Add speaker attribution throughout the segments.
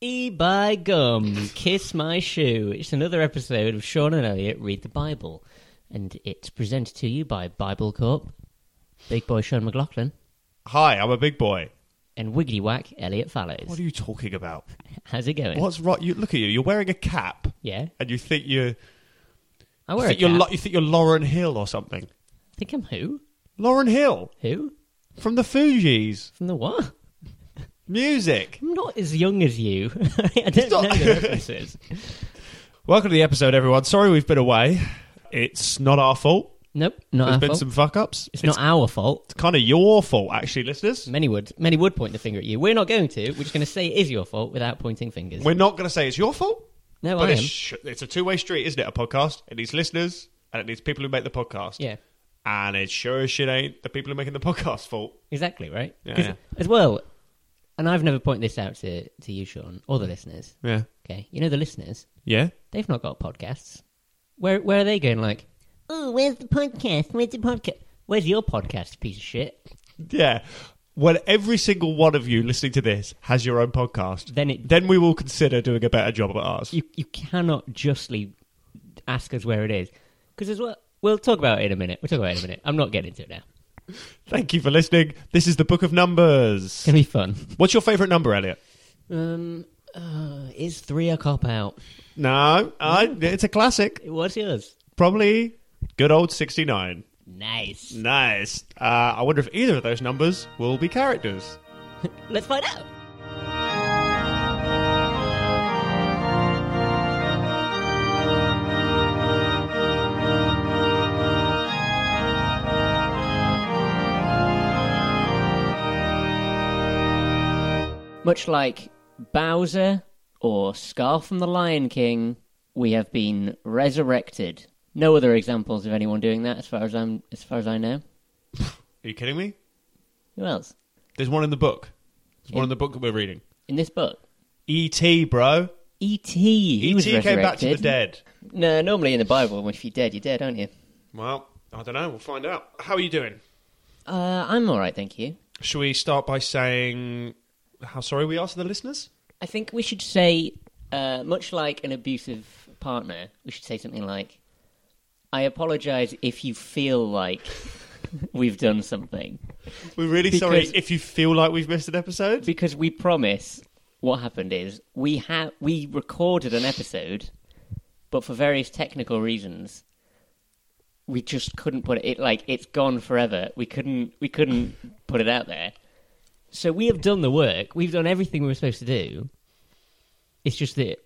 Speaker 1: E by gum, kiss my shoe. It's another episode of Sean and Elliot read the Bible, and it's presented to you by Bible Corp, Big Boy Sean McLaughlin,
Speaker 2: Hi, I'm a big boy.
Speaker 1: and Wiggly Whack Elliot Fallows.
Speaker 2: What are you talking about?
Speaker 1: How's it going?
Speaker 2: What's right? You look at you. You're wearing a cap,
Speaker 1: Yeah,
Speaker 2: and you think you're
Speaker 1: I
Speaker 2: you
Speaker 1: wear a
Speaker 2: think you're,
Speaker 1: cap.
Speaker 2: Lo- you think you're Lauren Hill or something.
Speaker 1: think I'm who?
Speaker 2: Lauren Hill
Speaker 1: Who
Speaker 2: from the Fugees.
Speaker 1: from the what?
Speaker 2: Music.
Speaker 1: I'm not as young as you. I don't
Speaker 2: not-
Speaker 1: know the references.
Speaker 2: Welcome to the episode, everyone. Sorry we've been away. It's not our fault.
Speaker 1: Nope, not
Speaker 2: There's
Speaker 1: our
Speaker 2: been
Speaker 1: fault.
Speaker 2: some fuck ups.
Speaker 1: It's, not our fault.
Speaker 2: kind of your fault, actually, listeners.
Speaker 1: Many would, many would point the finger at you. We're not going to. We're just going to say it is your fault without pointing fingers.
Speaker 2: We're not going to say it's your fault,
Speaker 1: no,
Speaker 2: but
Speaker 1: I am.
Speaker 2: it's, sh- it's a two way street, isn't it? A podcast. It needs listeners, and it needs people who make the podcast.
Speaker 1: yeah.
Speaker 2: And it sure as shit ain't the people who are making the podcast fault.
Speaker 1: Exactly, right?
Speaker 2: Yeah,
Speaker 1: 'Cause
Speaker 2: yeah.
Speaker 1: As well, and I've never pointed this out to, to you, Sean, or the listeners.
Speaker 2: Yeah.
Speaker 1: Okay. You know, the listeners,
Speaker 2: Yeah.
Speaker 1: they've not got podcasts. Where, where are they going, like, oh, where's the podcast? Where's the podcast? Where's your podcast, piece of shit?
Speaker 2: Yeah. When every single one of you listening to this has your own podcast,
Speaker 1: Then it-
Speaker 2: then we will consider doing a better job at ours.
Speaker 1: You, you cannot justly ask us where it is. Because as well, we'll talk about it in a minute. We'll talk about it in a minute. I'm not getting into it now.
Speaker 2: Thank you for listening. This is the Book of Numbers.
Speaker 1: It's going to be fun.
Speaker 2: What's your favourite number, Elliot?
Speaker 1: Um, uh, is three a cop out?
Speaker 2: No, I, it's a classic.
Speaker 1: What's yours?
Speaker 2: Probably good old 69.
Speaker 1: Nice.
Speaker 2: Nice. Uh, I wonder if either of those numbers will be characters.
Speaker 1: Let's find out. Much like Bowser or Scar from the Lion King, we have been resurrected. No other examples of anyone doing that, as far as I'm, as far as I know.
Speaker 2: Are you kidding me?
Speaker 1: Who else
Speaker 2: There's one in the book. There's
Speaker 1: Yeah.
Speaker 2: one in the book that we're reading.
Speaker 1: in this book?
Speaker 2: E.T., bro.
Speaker 1: E.T. He was
Speaker 2: E.T. E came back to the
Speaker 1: resurrected.
Speaker 2: dead.
Speaker 1: No, normally in the Bible, if you're dead, you're dead, aren't you?
Speaker 2: Well, I don't know. We'll find out. How are you doing?
Speaker 1: Uh, I'm all right, thank you.
Speaker 2: Should we start by saying how sorry we are to the listeners?
Speaker 1: I think we should say, uh, much like an abusive partner, we should say something like, "I apologize if you feel like we've done something,
Speaker 2: We're really
Speaker 1: Because-
Speaker 2: sorry if you feel like we've missed an episode.
Speaker 1: because we promise." What happened is we ha- we recorded an episode, but for various technical reasons, we just couldn't put it, it like it's gone forever. We couldn't we couldn't put it out there. So we have done the work. We've done everything we were supposed to do. It's just that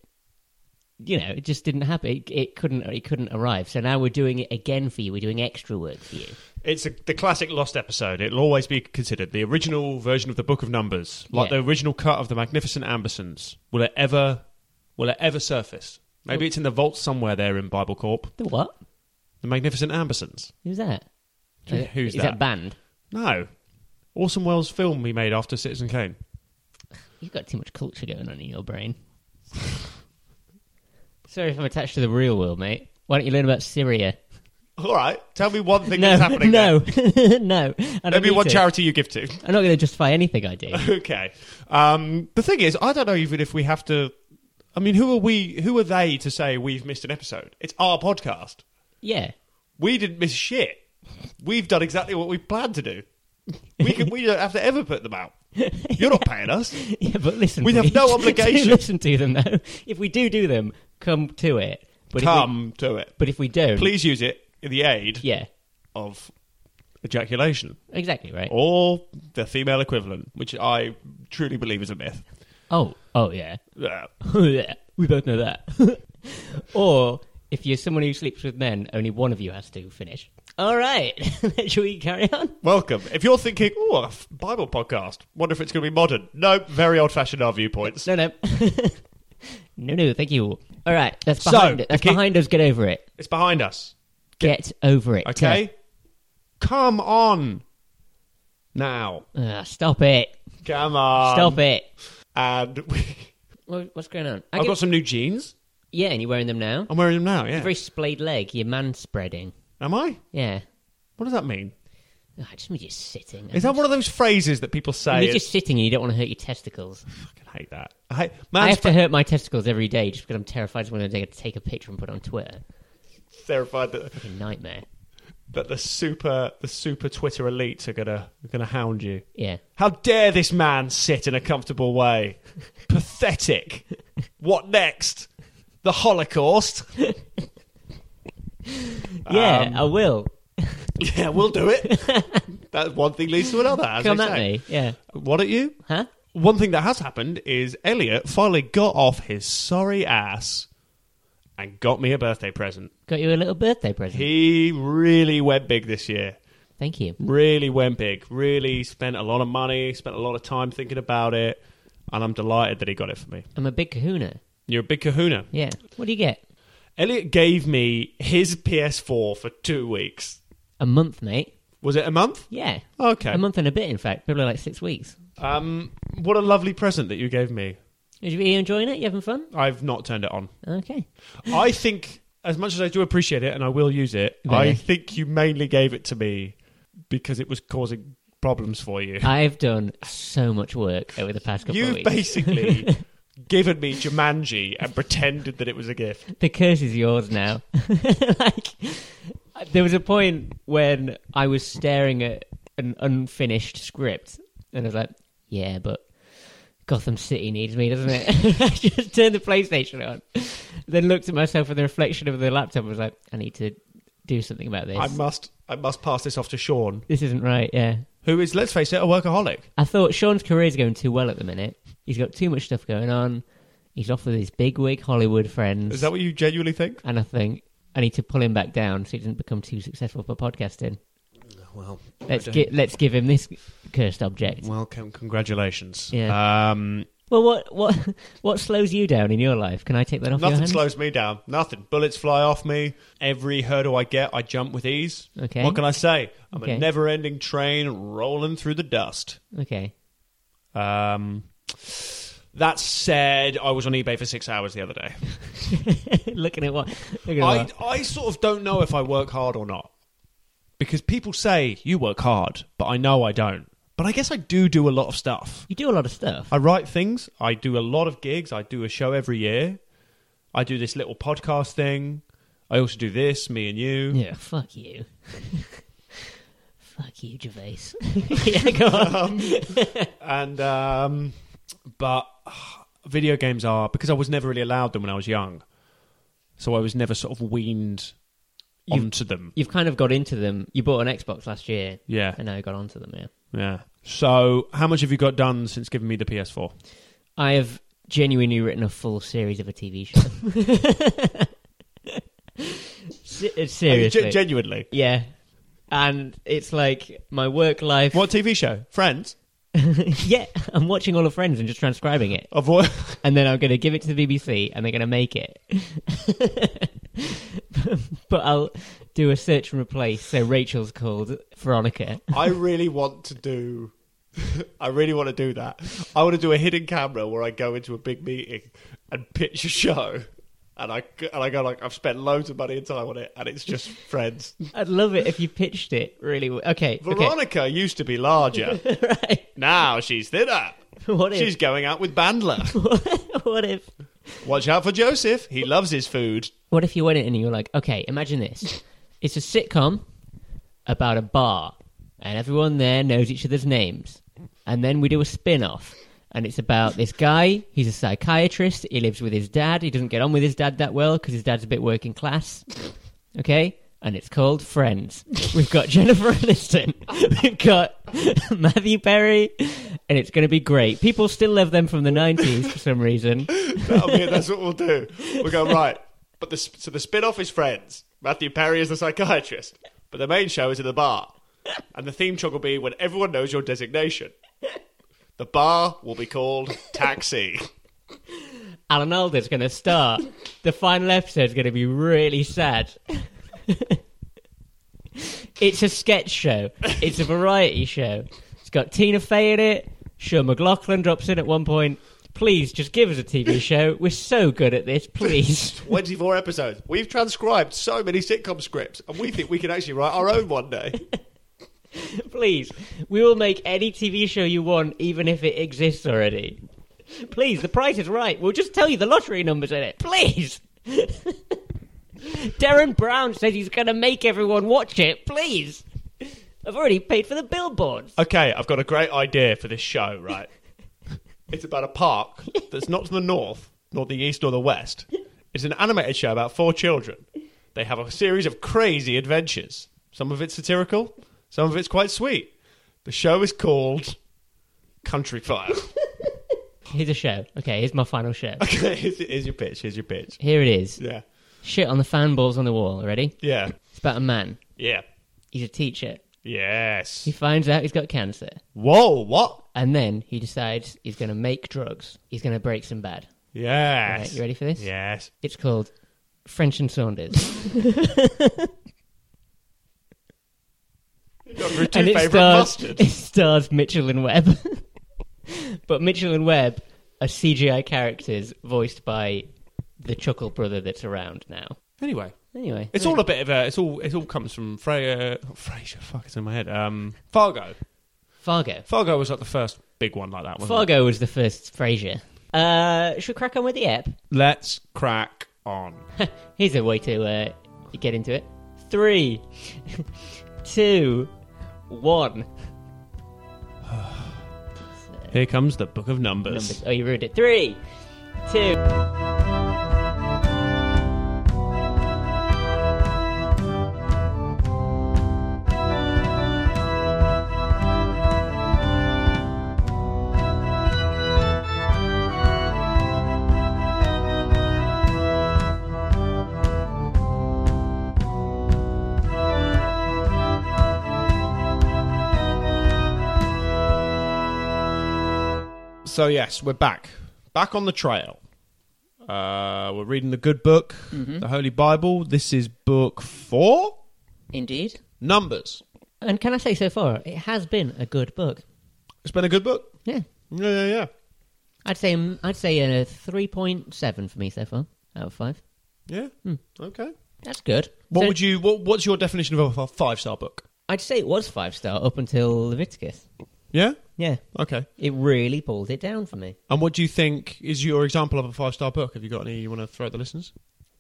Speaker 1: you know it just didn't happen. It, it couldn't it couldn't arrive. So now we're doing it again for you. We're doing extra work for you.
Speaker 2: It's a, the classic lost episode. It'll always be considered the original version of the Book of Numbers, like
Speaker 1: Yeah.
Speaker 2: the original cut of the Magnificent Ambersons. Will it ever? Will it ever surface? Maybe it's in the vault somewhere there in Bible Corp.
Speaker 1: The what?
Speaker 2: The Magnificent Ambersons.
Speaker 1: Who's that?
Speaker 2: Who- who's
Speaker 1: is
Speaker 2: that?
Speaker 1: that band?
Speaker 2: No, Orson Welles' film he made after Citizen Kane.
Speaker 1: You've got too much culture going on in your brain. Sorry if I'm attached to the real world, mate. Why don't you learn about Syria?
Speaker 2: All right, tell me one thing
Speaker 1: No,
Speaker 2: that's happening.
Speaker 1: no, no. I don't
Speaker 2: Maybe
Speaker 1: need
Speaker 2: one
Speaker 1: to.
Speaker 2: charity you give to.
Speaker 1: I'm not going to justify anything I do.
Speaker 2: okay. Um, the thing is, I don't know even if we have to. I mean, who are we? Who are they to say we've missed an episode? It's our podcast.
Speaker 1: Yeah,
Speaker 2: We didn't miss shit. We've done exactly what we planned to do. We can, we don't have to ever put them out. You're not paying us.
Speaker 1: yeah, but listen,
Speaker 2: We have
Speaker 1: please.
Speaker 2: no
Speaker 1: Do
Speaker 2: obligation.
Speaker 1: listen to them though. If we do do them, come to it. But If we,
Speaker 2: Come to it.
Speaker 1: but if we don't,
Speaker 2: Please use it in the aid
Speaker 1: Yeah,
Speaker 2: of ejaculation
Speaker 1: exactly right.
Speaker 2: or the female equivalent, which I truly believe is a myth. Uh,
Speaker 1: Oh, oh yeah.
Speaker 2: Yeah.
Speaker 1: yeah, we both know that. or if you're someone who sleeps with men, only one of you has to finish. All right, should we carry on?
Speaker 2: Welcome. If you're thinking, oh, a f- Bible podcast, wonder if it's going to be modern. No, very old fashioned our viewpoints.
Speaker 1: No, no, no, no. Thank you. All right, that's
Speaker 2: So,
Speaker 1: behind. it. That's
Speaker 2: okay.
Speaker 1: behind us. Get over it.
Speaker 2: It's behind us.
Speaker 1: Get over it.
Speaker 2: Okay? Come on. Now.
Speaker 1: Ah, stop it.
Speaker 2: Come on.
Speaker 1: Stop it.
Speaker 2: And we,
Speaker 1: What, what's going on? I
Speaker 2: I've
Speaker 1: get-
Speaker 2: got Oh. some new jeans.
Speaker 1: yeah, and you're wearing them now.
Speaker 2: I'm wearing them now, yeah.
Speaker 1: Very splayed leg. You're man spreading.
Speaker 2: Am I?
Speaker 1: Yeah.
Speaker 2: What does that mean?
Speaker 1: Ah, just means you're sitting.
Speaker 2: Is that one of those phrases that people say?
Speaker 1: I mean,
Speaker 2: It's-
Speaker 1: you're just sitting and you don't want to hurt your testicles.
Speaker 2: I fucking hate that. I hate,
Speaker 1: I
Speaker 2: man's
Speaker 1: have to hurt my testicles every day just because I'm terrified someone's going to take a picture and put it on Twitter.
Speaker 2: terrified that,
Speaker 1: It's a nightmare.
Speaker 2: that the super the super Twitter elites are gonna are gonna hound you.
Speaker 1: Yeah.
Speaker 2: How dare this man sit in a comfortable way? Pathetic. What next? The Holocaust.
Speaker 1: Yeah,
Speaker 2: Um,
Speaker 1: I will.
Speaker 2: Yeah, we'll do it. that one thing leads to another. As
Speaker 1: Come
Speaker 2: they
Speaker 1: at
Speaker 2: say.
Speaker 1: me. Yeah.
Speaker 2: What at you?
Speaker 1: Huh?
Speaker 2: One thing that has happened is Elliot finally got off his sorry ass and got me a birthday present.
Speaker 1: Got you a little birthday present.
Speaker 2: He really went big this year.
Speaker 1: Thank you.
Speaker 2: Really went big. Really spent a lot of money, spent a lot of time thinking about it, and I'm delighted that he got it for me.
Speaker 1: I'm a big kahuna.
Speaker 2: You're a big kahuna.
Speaker 1: Yeah. What do you get?
Speaker 2: Elliot gave me his PS4 for two weeks.
Speaker 1: A month, mate.
Speaker 2: Was it a month?
Speaker 1: Yeah.
Speaker 2: Okay.
Speaker 1: A month and a bit, in fact. Probably like six weeks.
Speaker 2: Um, what a lovely present that you gave me.
Speaker 1: Are you enjoying it? You having fun?
Speaker 2: I've not turned it on.
Speaker 1: Okay.
Speaker 2: I think, as much as I do appreciate it, and I will use it,
Speaker 1: Yeah.
Speaker 2: I think you mainly gave it to me because it was causing problems for you.
Speaker 1: I've done so much work over the past couple of
Speaker 2: You've
Speaker 1: weeks.
Speaker 2: basically given me Jumanji and pretended that it was a gift.
Speaker 1: the curse is yours now. like there was a point when I was staring at an unfinished script, and I was like, "Yeah, but Gotham City needs me, doesn't it?" I just turned the PlayStation on, then looked at myself in the reflection of the laptop. and was like, "I need to do something about this.
Speaker 2: I must, I must pass this off to Sean,
Speaker 1: this isn't right." Yeah,
Speaker 2: who is, let's face it, a workaholic.
Speaker 1: I thought Sean's career's going too well at the minute. He's got too much stuff going on. He's off with his big wig Hollywood friends.
Speaker 2: Is that what you genuinely think?
Speaker 1: and I think I need to pull him back down so he doesn't become too successful for podcasting.
Speaker 2: Well,
Speaker 1: Let's
Speaker 2: don't-
Speaker 1: gi- let's give him this cursed object.
Speaker 2: well, con- congratulations.
Speaker 1: Yeah.
Speaker 2: Um,
Speaker 1: Well, what what what slows you down in your life? Can I take that off your
Speaker 2: Nothing
Speaker 1: hands?
Speaker 2: slows me down. Nothing. Bullets fly off me. Every hurdle I get, I jump with ease.
Speaker 1: Okay.
Speaker 2: What can I say? I'm
Speaker 1: Okay.
Speaker 2: a never-ending train rolling through the dust.
Speaker 1: okay,
Speaker 2: Um, that said, I was on eBay for six hours the other day.
Speaker 1: looking at what? Looking at
Speaker 2: I,
Speaker 1: what?
Speaker 2: I sort of don't know if I work hard or not because people say you work hard, but I know I don't. But I guess I do do a lot of stuff.
Speaker 1: You do a lot of stuff.
Speaker 2: I write things. I do a lot of gigs. I do a show every year. I do this little podcast thing. I also do this, me and you.
Speaker 1: yeah, fuck you. fuck you, Gervais. yeah, go on.
Speaker 2: And um, but ugh, video games are because I was never really allowed them when I was young, so I was never sort of weaned
Speaker 1: You've-
Speaker 2: onto them.
Speaker 1: You've kind of got into them. You bought an Xbox last year,
Speaker 2: Yeah,
Speaker 1: and now you got onto them. Yeah,
Speaker 2: yeah. So how much have you got done since giving me the PS4?
Speaker 1: I have genuinely written a full series of a TV show. Se- uh, Seriously,
Speaker 2: Gen- genuinely.
Speaker 1: Yeah. And it's like my work life.
Speaker 2: What TV show? Friends.
Speaker 1: yeah, I'm watching all of Friends and just transcribing it.
Speaker 2: Of what?
Speaker 1: And then I'm going to give it to the BBC and they're going to make it. but I'll do a search and replace. So Rachel's called Veronica.
Speaker 2: I really want to do. I really want to do that. I want to do a hidden camera where I go into a big meeting and pitch a show, and I g- and I go like I've spent loads of money and time on it, and it's just friends.
Speaker 1: I'd love it if you pitched it really well. Okay. okay.
Speaker 2: Veronica used to be larger.
Speaker 1: right.
Speaker 2: Now she's thinner.
Speaker 1: What if?
Speaker 2: She's going out with Bandler.
Speaker 1: what if?
Speaker 2: Watch out for Joseph. He loves his food.
Speaker 1: What if you went in and you were like, okay, imagine this. It's a sitcom about a bar, and everyone there knows each other's names. And then we do a spin off, and it's about this guy. He's a psychiatrist. He lives with his dad. He doesn't get on with his dad that well because his dad's a bit working class. Okay? And it's called Friends. We've got Jennifer Aniston. We've got Matthew Perry. And it's going to be great. People still love them from the 90s for some reason.
Speaker 2: That'll be it. That's what we'll do. We'll go right. But the so the spin off is Friends. Matthew Perry is the psychiatrist, but the main show is in the bar, and the theme song will be when everyone knows your designation. The bar will be called Taxi.
Speaker 1: Alan Alda's going to start. the final episode's going to be really sad. it's a sketch show. It's a variety show. It's got Tina Fey in it. Sean McLaughlin drops in at one point. Please, just give us a TV show. We're so good at this. Please.
Speaker 2: Twenty-four episodes. We've transcribed so many sitcom scripts, and we think we can actually write our own one day.
Speaker 1: Please, we will make any TV show you want, even if it exists already. Please, the price is right. We'll just tell you the lottery numbers in it. Please. Darren Brown says he's going to make everyone watch it. Please. I've already paid for the billboards.
Speaker 2: Okay, I've got a great idea for this show, right? it's about a park that's not to the north, nor the east, nor the west. It's an animated show about four children. They have a series of crazy adventures. Some of it's satirical, some of it's quite sweet. The show is called Country Fire.
Speaker 1: Here's a show. Okay, here's my final show.
Speaker 2: okay, here's, here's your pitch. Here's your pitch.
Speaker 1: Here it is.
Speaker 2: Yeah.
Speaker 1: Shit on the fan balls on the wall. Ready?
Speaker 2: Yeah.
Speaker 1: It's about a man.
Speaker 2: Yeah.
Speaker 1: He's a teacher.
Speaker 2: Yes.
Speaker 1: He finds out he's got cancer.
Speaker 2: Whoa, what?
Speaker 1: And then he decides he's going to make drugs. He's going to break some bad.
Speaker 2: Yes.
Speaker 1: Right, you ready for this?
Speaker 2: Yes.
Speaker 1: It's called French and Saunders.
Speaker 2: Your two
Speaker 1: and it
Speaker 2: favourite
Speaker 1: stars,
Speaker 2: mustard.
Speaker 1: it stars Mitchell and Webb. but Mitchell and Webb are CGI characters voiced by the Chuckle brother that's around now.
Speaker 2: Anyway,
Speaker 1: Anyway.
Speaker 2: it's all a bit of a. It's all. It all comes from Freya. Not Frasier. Fuck, it's in my head. Um, Fargo.
Speaker 1: Fargo.
Speaker 2: Fargo was like the first big one like that. Wasn't it?
Speaker 1: Fargo was the first Frasier. Uh, should we crack on with the app?
Speaker 2: Let's crack on.
Speaker 1: Here's a way to uh, get into it. Three, two, one.
Speaker 2: Here comes the book of numbers.
Speaker 1: Numbers. Oh, you ruined it. Three, two.
Speaker 2: So yes, we're back, back on the trail. Uh, we're reading the good book, the Holy Bible. This is book four,
Speaker 1: Indeed.
Speaker 2: Numbers.
Speaker 1: And can I say so far, it has been a good book.
Speaker 2: It's been a good book.
Speaker 1: Yeah,
Speaker 2: Yeah, yeah, yeah,
Speaker 1: I'd say um, I'd say a three point seven for me so far out of five.
Speaker 2: yeah. Okay.
Speaker 1: That's good.
Speaker 2: What would you? What, what's your definition of a five star book?
Speaker 1: I'd say it was five star up until Leviticus.
Speaker 2: Yeah.
Speaker 1: Yeah,
Speaker 2: Okay.
Speaker 1: it really pulled it down for me.
Speaker 2: And what do you think is your example of a five star book? Have you got any you want to throw at the listeners?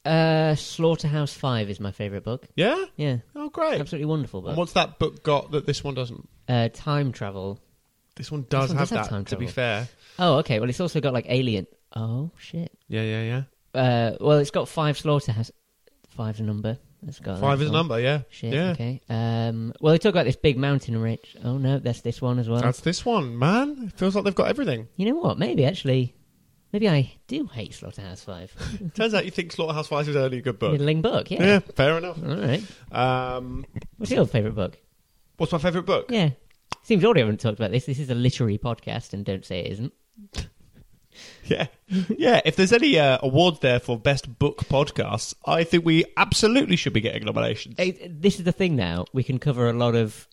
Speaker 1: Uh, Slaughterhouse Five is my favorite book.
Speaker 2: Yeah.
Speaker 1: Yeah,
Speaker 2: Oh, great.
Speaker 1: absolutely wonderful
Speaker 2: And
Speaker 1: book.
Speaker 2: what's that book got that this one doesn't?
Speaker 1: Uh, time travel.
Speaker 2: This one does
Speaker 1: This one
Speaker 2: have
Speaker 1: does have
Speaker 2: that.
Speaker 1: time
Speaker 2: to be
Speaker 1: travel.
Speaker 2: fair.
Speaker 1: Oh, okay. Well, it's also got like Alien. Oh shit.
Speaker 2: Yeah, yeah, yeah.
Speaker 1: Uh, well, it's got five Slaughterhouse. Five's a number. That's got
Speaker 2: Five
Speaker 1: that
Speaker 2: is a
Speaker 1: one.
Speaker 2: number. Yeah.
Speaker 1: Shit.
Speaker 2: yeah.
Speaker 1: Okay. Um, well, they talk about this big mountain range. Oh no, that's this one as well.
Speaker 2: That's this one, man. It feels like they've got everything.
Speaker 1: You know what? Maybe actually, maybe I do hate Slaughterhouse Five.
Speaker 2: Turns out you think Slaughterhouse Five is only a good book.
Speaker 1: Middling book. Yeah.
Speaker 2: Yeah, fair enough.
Speaker 1: All right.
Speaker 2: Um,
Speaker 1: What's your favourite book?
Speaker 2: what's my favourite book?
Speaker 1: Yeah. Seems odd we haven't talked about this. This is a literary podcast, and don't say it isn't.
Speaker 2: Yeah, yeah. If there's any uh, awards there for best book podcasts, I think we absolutely should be getting nominations.
Speaker 1: Hey, This is the thing now. We can cover a lot of.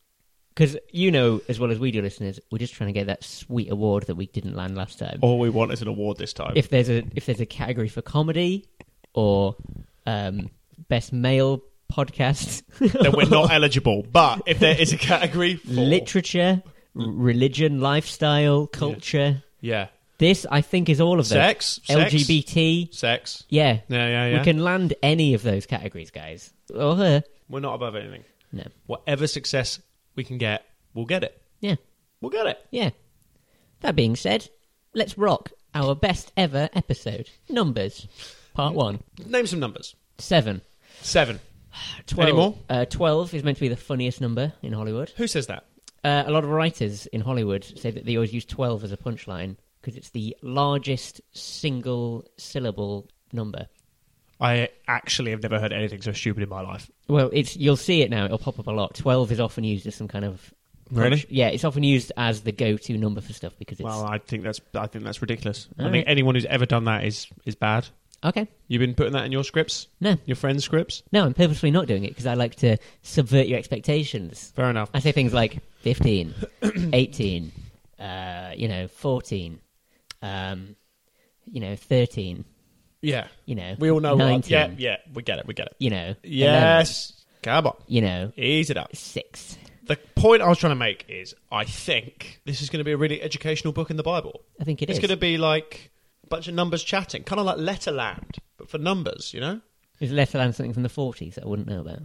Speaker 1: Because you know as well as we do, listeners, we're just trying to get that sweet award that we didn't land last time.
Speaker 2: All we want is an award this time.
Speaker 1: if there's a if there's a category for comedy or um, best male podcast,
Speaker 2: then we're not eligible. But if there is a category for Mm.
Speaker 1: literature, r- religion, lifestyle, culture.
Speaker 2: yeah,
Speaker 1: This I think is all of those.
Speaker 2: sex, sex,
Speaker 1: LGBT.
Speaker 2: sex.
Speaker 1: Yeah.
Speaker 2: Yeah, yeah, yeah.
Speaker 1: We can land any of those categories, guys. Or her.
Speaker 2: We're not above anything.
Speaker 1: No.
Speaker 2: Whatever success we can get, we'll get it.
Speaker 1: Yeah.
Speaker 2: We'll get it.
Speaker 1: Yeah. That being said, let's rock our best ever episode. Numbers. Part one.
Speaker 2: Name some numbers.
Speaker 1: Seven.
Speaker 2: Seven.
Speaker 1: Twelve.
Speaker 2: more?
Speaker 1: Uh, Twelve is meant to be the funniest number in Hollywood.
Speaker 2: Who says that?
Speaker 1: Uh, a lot of writers in Hollywood say that they always use 12 as a punchline because it's the largest single syllable number.
Speaker 2: I actually have never heard anything so stupid in my life.
Speaker 1: Well, it's you'll see it now. It'll pop up a lot. 12 is often used as some kind of punch-
Speaker 2: Really?
Speaker 1: Yeah, it's often used as the go-to number for stuff because it's
Speaker 2: Well, I think that's I think that's ridiculous. I
Speaker 1: All
Speaker 2: think
Speaker 1: right.
Speaker 2: anyone who's ever done that is is bad.
Speaker 1: okay.
Speaker 2: You've been putting that in your scripts,
Speaker 1: No,
Speaker 2: your friends' scripts.
Speaker 1: no, I'm purposely not doing it because I like to subvert your expectations.
Speaker 2: Fair enough.
Speaker 1: I say things like 15, 18, uh, you know, 14, um, you know, 13,
Speaker 2: Yeah,
Speaker 1: you know,
Speaker 2: we all know. What,
Speaker 1: 19,
Speaker 2: yeah, yeah, we get it. We get it.
Speaker 1: you know, 11.
Speaker 2: Yes. Come on,
Speaker 1: you know,
Speaker 2: ease it up.
Speaker 1: six.
Speaker 2: The point I was trying to make is I think this is going to be a really educational book in the Bible.
Speaker 1: I think it
Speaker 2: it's
Speaker 1: is.
Speaker 2: going to be like a bunch of numbers chatting, kind of like Letterland, but for numbers, you know?
Speaker 1: Is Letterland something from the 40s that I wouldn't know about?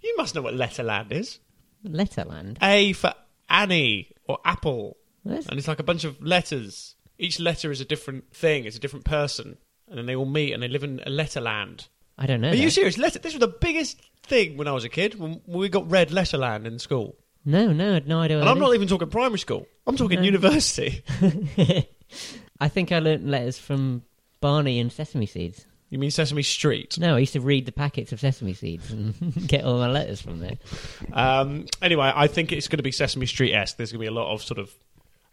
Speaker 2: You must know what Letterland is.
Speaker 1: Letterland?
Speaker 2: A for Annie or Apple.
Speaker 1: That's-
Speaker 2: And it's like a bunch of letters. Each letter is a different thing, it's a different person. And then they all meet and they live in a letterland.
Speaker 1: I don't know.
Speaker 2: Are you
Speaker 1: that.
Speaker 2: serious? Letter- this was the biggest thing when I was a kid, when when we got read Letterland in school.
Speaker 1: No, no, I had no idea. What
Speaker 2: And I'm
Speaker 1: that
Speaker 2: not even talking primary school. I'm talking university.
Speaker 1: is. I think I learnt letters from Barney and Sesame Seeds.
Speaker 2: You mean Sesame Street?
Speaker 1: No, I used to read the packets of Sesame Seeds and get all my letters from there.
Speaker 2: Um, anyway, I think it's going to be Sesame Street esque. There's going to be a lot of sort of,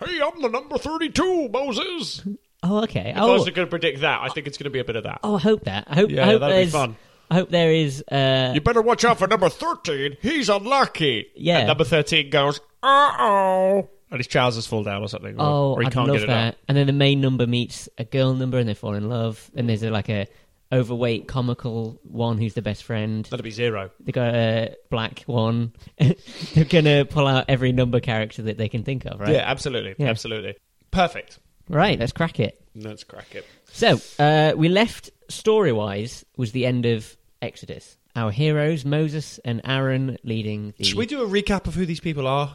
Speaker 2: hey, I'm the number 32, Moses. If
Speaker 1: Oh, okay.
Speaker 2: I
Speaker 1: Oh,
Speaker 2: was going to predict that, I think it's going to be a bit of that.
Speaker 1: oh, I hope that. I hope.
Speaker 2: Yeah,
Speaker 1: I hope
Speaker 2: that'd be
Speaker 1: there's-
Speaker 2: fun.
Speaker 1: I hope there is. Uh,
Speaker 2: You better watch out for number 13. He's unlucky.
Speaker 1: Yeah.
Speaker 2: And number 13 goes, uh oh. And his trousers fall down or something. Or,
Speaker 1: oh,
Speaker 2: or he
Speaker 1: I'd
Speaker 2: can't
Speaker 1: love
Speaker 2: get it
Speaker 1: that.
Speaker 2: up.
Speaker 1: And then the main number meets a girl number, and they fall in love. And there's a, like a overweight, comical one who's the best friend.
Speaker 2: That'd be zero.
Speaker 1: They got a black one. They're gonna pull out every number character that they can think of, right?
Speaker 2: Yeah, absolutely.
Speaker 1: Yeah.
Speaker 2: Absolutely. Perfect.
Speaker 1: Right. Let's crack it.
Speaker 2: Let's crack it.
Speaker 1: So, uh, we left story wise was the end of Exodus. Our heroes, Moses and Aaron, leading the.
Speaker 2: Should we do a recap of who these people are?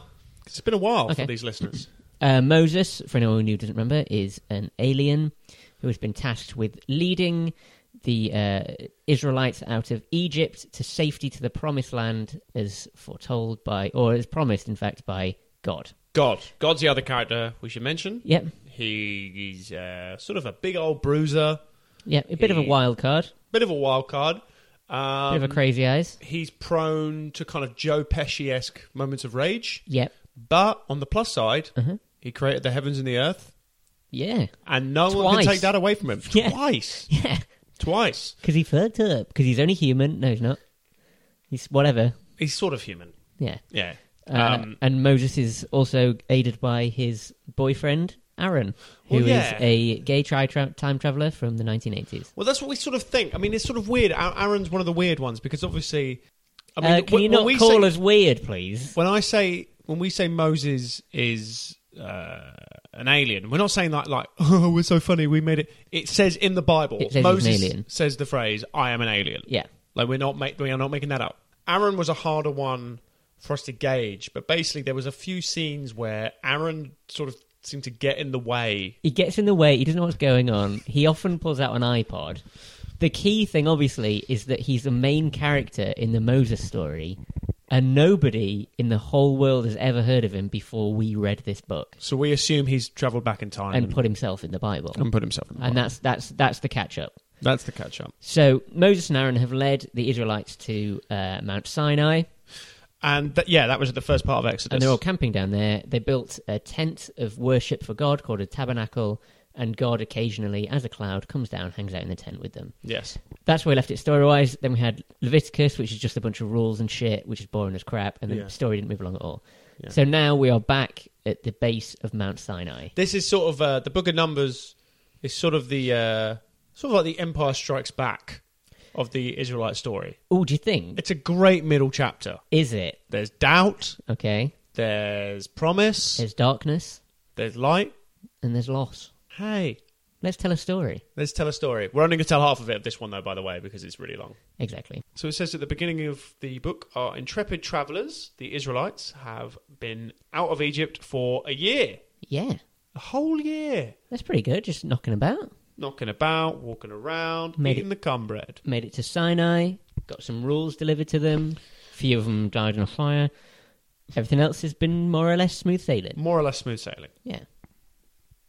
Speaker 2: 'Cause it's been a while
Speaker 1: Okay.
Speaker 2: for these listeners.
Speaker 1: Uh, Moses, for anyone who doesn't remember, is an alien who has been tasked with leading the uh, Israelites out of Egypt to safety to the promised land, as foretold by, or as promised, in fact, by God.
Speaker 2: God. God's the other character we should mention.
Speaker 1: Yep,
Speaker 2: He, he's uh, sort of a big old bruiser,
Speaker 1: yep, a bit of a
Speaker 2: He-
Speaker 1: wild card,
Speaker 2: bit of a wild card. Um,
Speaker 1: bit of a crazy eyes.
Speaker 2: he's prone to kind of Joe Pesci esque moments of rage.
Speaker 1: Yep,
Speaker 2: But on the plus side,
Speaker 1: Mm-hmm.
Speaker 2: he created the heavens and the earth,
Speaker 1: yeah,
Speaker 2: and no one
Speaker 1: Twice.
Speaker 2: can take that away from him.
Speaker 1: Yeah.
Speaker 2: Twice.
Speaker 1: yeah,
Speaker 2: Twice.
Speaker 1: because he fucked up. Because he's only human. No, he's not. He's whatever.
Speaker 2: He's sort of human.
Speaker 1: Yeah.
Speaker 2: Yeah.
Speaker 1: Uh,
Speaker 2: um,
Speaker 1: and Moses is also aided by his boyfriend Aaron, who
Speaker 2: Well,
Speaker 1: is
Speaker 2: yeah.
Speaker 1: a gay tri- tra- time traveler from the 1980s.
Speaker 2: well, that's what we sort of think. I mean, it's sort of weird. Aa- Aaron's one of the weird ones because obviously. I mean,
Speaker 1: uh, can
Speaker 2: wh-
Speaker 1: you
Speaker 2: when
Speaker 1: not
Speaker 2: we
Speaker 1: call
Speaker 2: say-
Speaker 1: us weird, please?
Speaker 2: when I say when we say Moses is uh, an alien, we're not saying that like oh we're so funny we made it. It says in the Bible
Speaker 1: It says he's an
Speaker 2: Moses
Speaker 1: alien.
Speaker 2: says the phrase I am an alien.
Speaker 1: Yeah.
Speaker 2: like we're not make, we are not making that up. Aaron was a harder one for us to gauge, but basically there was a few scenes where Aaron sort of seemed to get in the way.
Speaker 1: He gets in the way. He doesn't know what's going on. He often pulls out an iPod. The key thing, obviously, is that he's the main character in the Moses story, and nobody in the whole world has ever heard of him before we read this book
Speaker 2: So we assume he's travelled back in time
Speaker 1: and put himself in the Bible.
Speaker 2: and put himself in. The
Speaker 1: And
Speaker 2: Bible.
Speaker 1: that's that's that's the catch up.
Speaker 2: that's the catch up.
Speaker 1: So Moses and Aaron have led the Israelites to uh, Mount Sinai,
Speaker 2: And th- yeah, that was the first part of Exodus.
Speaker 1: and they're all camping down there. They built a tent of worship for God called a tabernacle, and God occasionally, as a cloud, comes down, hangs out in the tent with them.
Speaker 2: yes.
Speaker 1: That's where we left it story wise. Then we had Leviticus, which is just a bunch of rules and shit, which is boring as crap, and the
Speaker 2: Yeah.
Speaker 1: story didn't move along at all. So now we are back at the base of Mount Sinai.
Speaker 2: this is sort of uh, the Book of Numbers is sort of the uh, sort of like the Empire Strikes Back of the Israelite story.
Speaker 1: Oh, do you think?
Speaker 2: It's a great middle chapter.
Speaker 1: Is it
Speaker 2: There's doubt,
Speaker 1: okay?
Speaker 2: there's promise,
Speaker 1: There's darkness
Speaker 2: there's light.
Speaker 1: and there's loss.
Speaker 2: Hey,
Speaker 1: Let's tell a story.
Speaker 2: let's tell a story. We're only going to tell half of it of this one though, by the way, because it's really long.
Speaker 1: Exactly.
Speaker 2: So it says at the beginning of the book, our intrepid travelers, the Israelites, have been out of Egypt for a year,
Speaker 1: Yeah.
Speaker 2: a whole year,
Speaker 1: That's pretty good. Just knocking about.
Speaker 2: knocking about, walking around,
Speaker 1: Made it-
Speaker 2: eating the cornbread.
Speaker 1: Made it to Sinai. Got some rules delivered to them. few of them died in a fire. Everything else has been more or less smooth sailing.
Speaker 2: More or less smooth sailing.
Speaker 1: Yeah.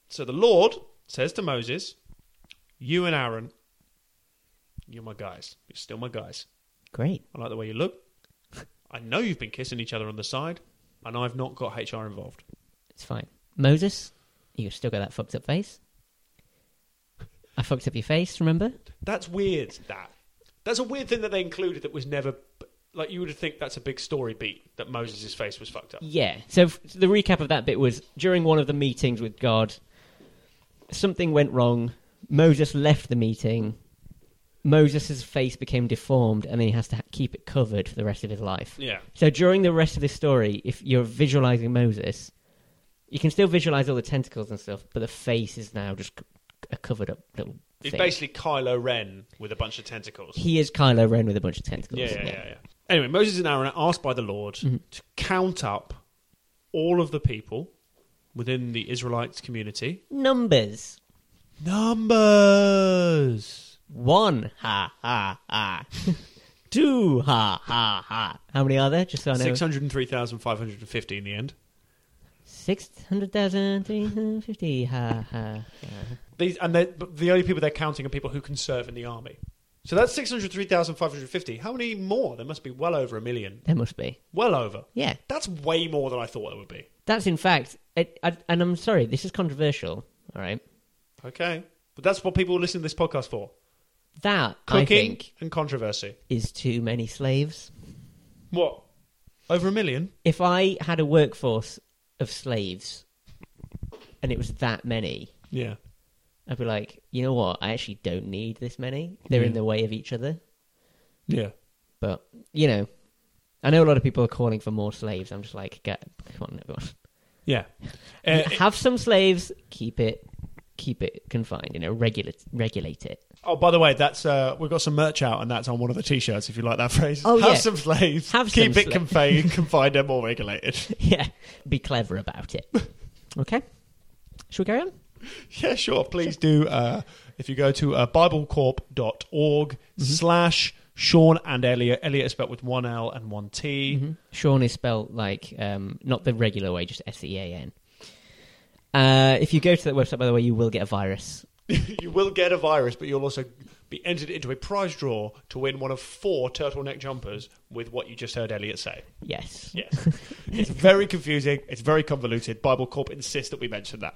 Speaker 2: So the Lord says to Moses, You and Aaron, you're my guys. You're still my guys.
Speaker 1: Great.
Speaker 2: I like the way you look. I know you've been kissing each other on the side, and I've not got HR involved.
Speaker 1: It's fine. Moses, you still got that fucked up face. I fucked up your face, remember?
Speaker 2: That's weird, that. That's a weird thing that they included that was never. Like, you would think that's a big story beat that Moses' face was fucked up.
Speaker 1: Yeah. So f- the recap of that bit was during one of the meetings with God, something went wrong. Moses left the meeting. Moses' face became deformed, and then he has to ha- keep it covered for the rest of his life.
Speaker 2: Yeah.
Speaker 1: So during the rest of this story, if you're visualizing Moses, you can still visualize all the tentacles and stuff, but the face is now just c- a covered up little.
Speaker 2: He's
Speaker 1: thing.
Speaker 2: basically Kylo Ren with a bunch of tentacles.
Speaker 1: he is Kylo Ren with a bunch of tentacles.
Speaker 2: Yeah, yeah, yeah, yeah. Anyway, Moses and Aaron are asked by the Lord
Speaker 1: Mm-hmm.
Speaker 2: to count up all of the people within the Israelites community.
Speaker 1: Numbers
Speaker 2: Numbers.
Speaker 1: one, ha ha ha. Two, ha ha ha. How many are there? Just so I know.
Speaker 2: 603,550 in the end.
Speaker 1: Six hundred thousand three hundred fifty. Ha ha.
Speaker 2: These, and they're- but the only people they're counting are people who can serve in the army. So that's 603,550. How many more? There must be well over a million.
Speaker 1: There must be.
Speaker 2: Well over.
Speaker 1: Yeah.
Speaker 2: That's way more than I thought it would be.
Speaker 1: That's in fact, it, I, and I'm sorry, this is controversial. All right,
Speaker 2: Okay. But that's what people listen to this podcast for
Speaker 1: that I
Speaker 2: cooking
Speaker 1: think
Speaker 2: and controversy.
Speaker 1: is too many slaves.
Speaker 2: What? Over a million?
Speaker 1: If I had a workforce of slaves, and it was that many,
Speaker 2: Yeah.
Speaker 1: I'd be like, you know what? I actually don't need this many. They're in
Speaker 2: Yeah.
Speaker 1: the way of each other.
Speaker 2: Yeah.
Speaker 1: But you know, I know a lot of people are calling for more slaves. I'm just like, get, come on, everyone,
Speaker 2: Yeah. Uh,
Speaker 1: have some slaves. Keep it, keep it confined. You know, regulate, regulate it.
Speaker 2: oh, by the way, that's uh, we've got some merch out, and that's on one of the t-shirts. If you like that phrase,
Speaker 1: Oh,
Speaker 2: have
Speaker 1: yeah.
Speaker 2: some slaves,
Speaker 1: Have
Speaker 2: keep
Speaker 1: some
Speaker 2: it
Speaker 1: sla-
Speaker 2: confined, confined and more regulated.
Speaker 1: yeah, be clever about it. Okay, shall we carry on?
Speaker 2: yeah, sure. Please do. Uh, if you go to uh, biblecorp.org
Speaker 1: Mm-hmm.
Speaker 2: slash Sean and Elliot, Elliot is spelled with one L and one T.
Speaker 1: Sean is spelled like um, not the regular way, just S E A N. Uh, if you go to that website, by the way, you will get a virus.
Speaker 2: you will get a virus, but you'll also be entered into a prize draw to win one of four turtleneck jumpers with what you just heard Elliot say.
Speaker 1: Yes.
Speaker 2: Yes. it's very confusing. It's very convoluted. Bible Corp insists that we mention that.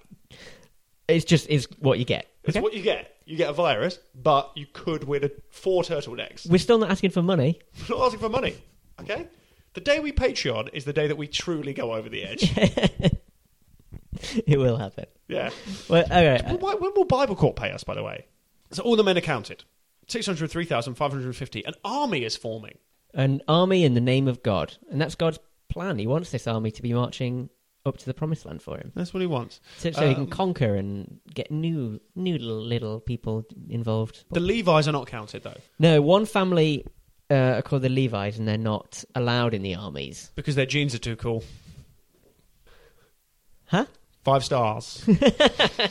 Speaker 1: It's just is what you get.
Speaker 2: It's
Speaker 1: Okay?
Speaker 2: what you get. You get a virus, but you could win a four turtlenecks.
Speaker 1: We're still not asking for money.
Speaker 2: We're not asking for money. Okay? The day we Patreon is the day that we truly go over the edge.
Speaker 1: It will happen.
Speaker 2: yeah.
Speaker 1: Well, uh, okay.
Speaker 2: Well, why, when will Bible Corp pay us, by the way? So all the men are counted. 603,550. An army is forming.
Speaker 1: An army in the name of God, and that's God's plan. He wants this army to be marching up to the promised land for him,
Speaker 2: That's what he wants.
Speaker 1: so, so he can
Speaker 2: Uh,
Speaker 1: conquer and get new, new little, little people involved.
Speaker 2: The Levites are not counted, though,
Speaker 1: No, one family uh, are called the Levites, and they're not allowed in the armies.
Speaker 2: because their jeans are too cool.
Speaker 1: Huh?
Speaker 2: Five stars.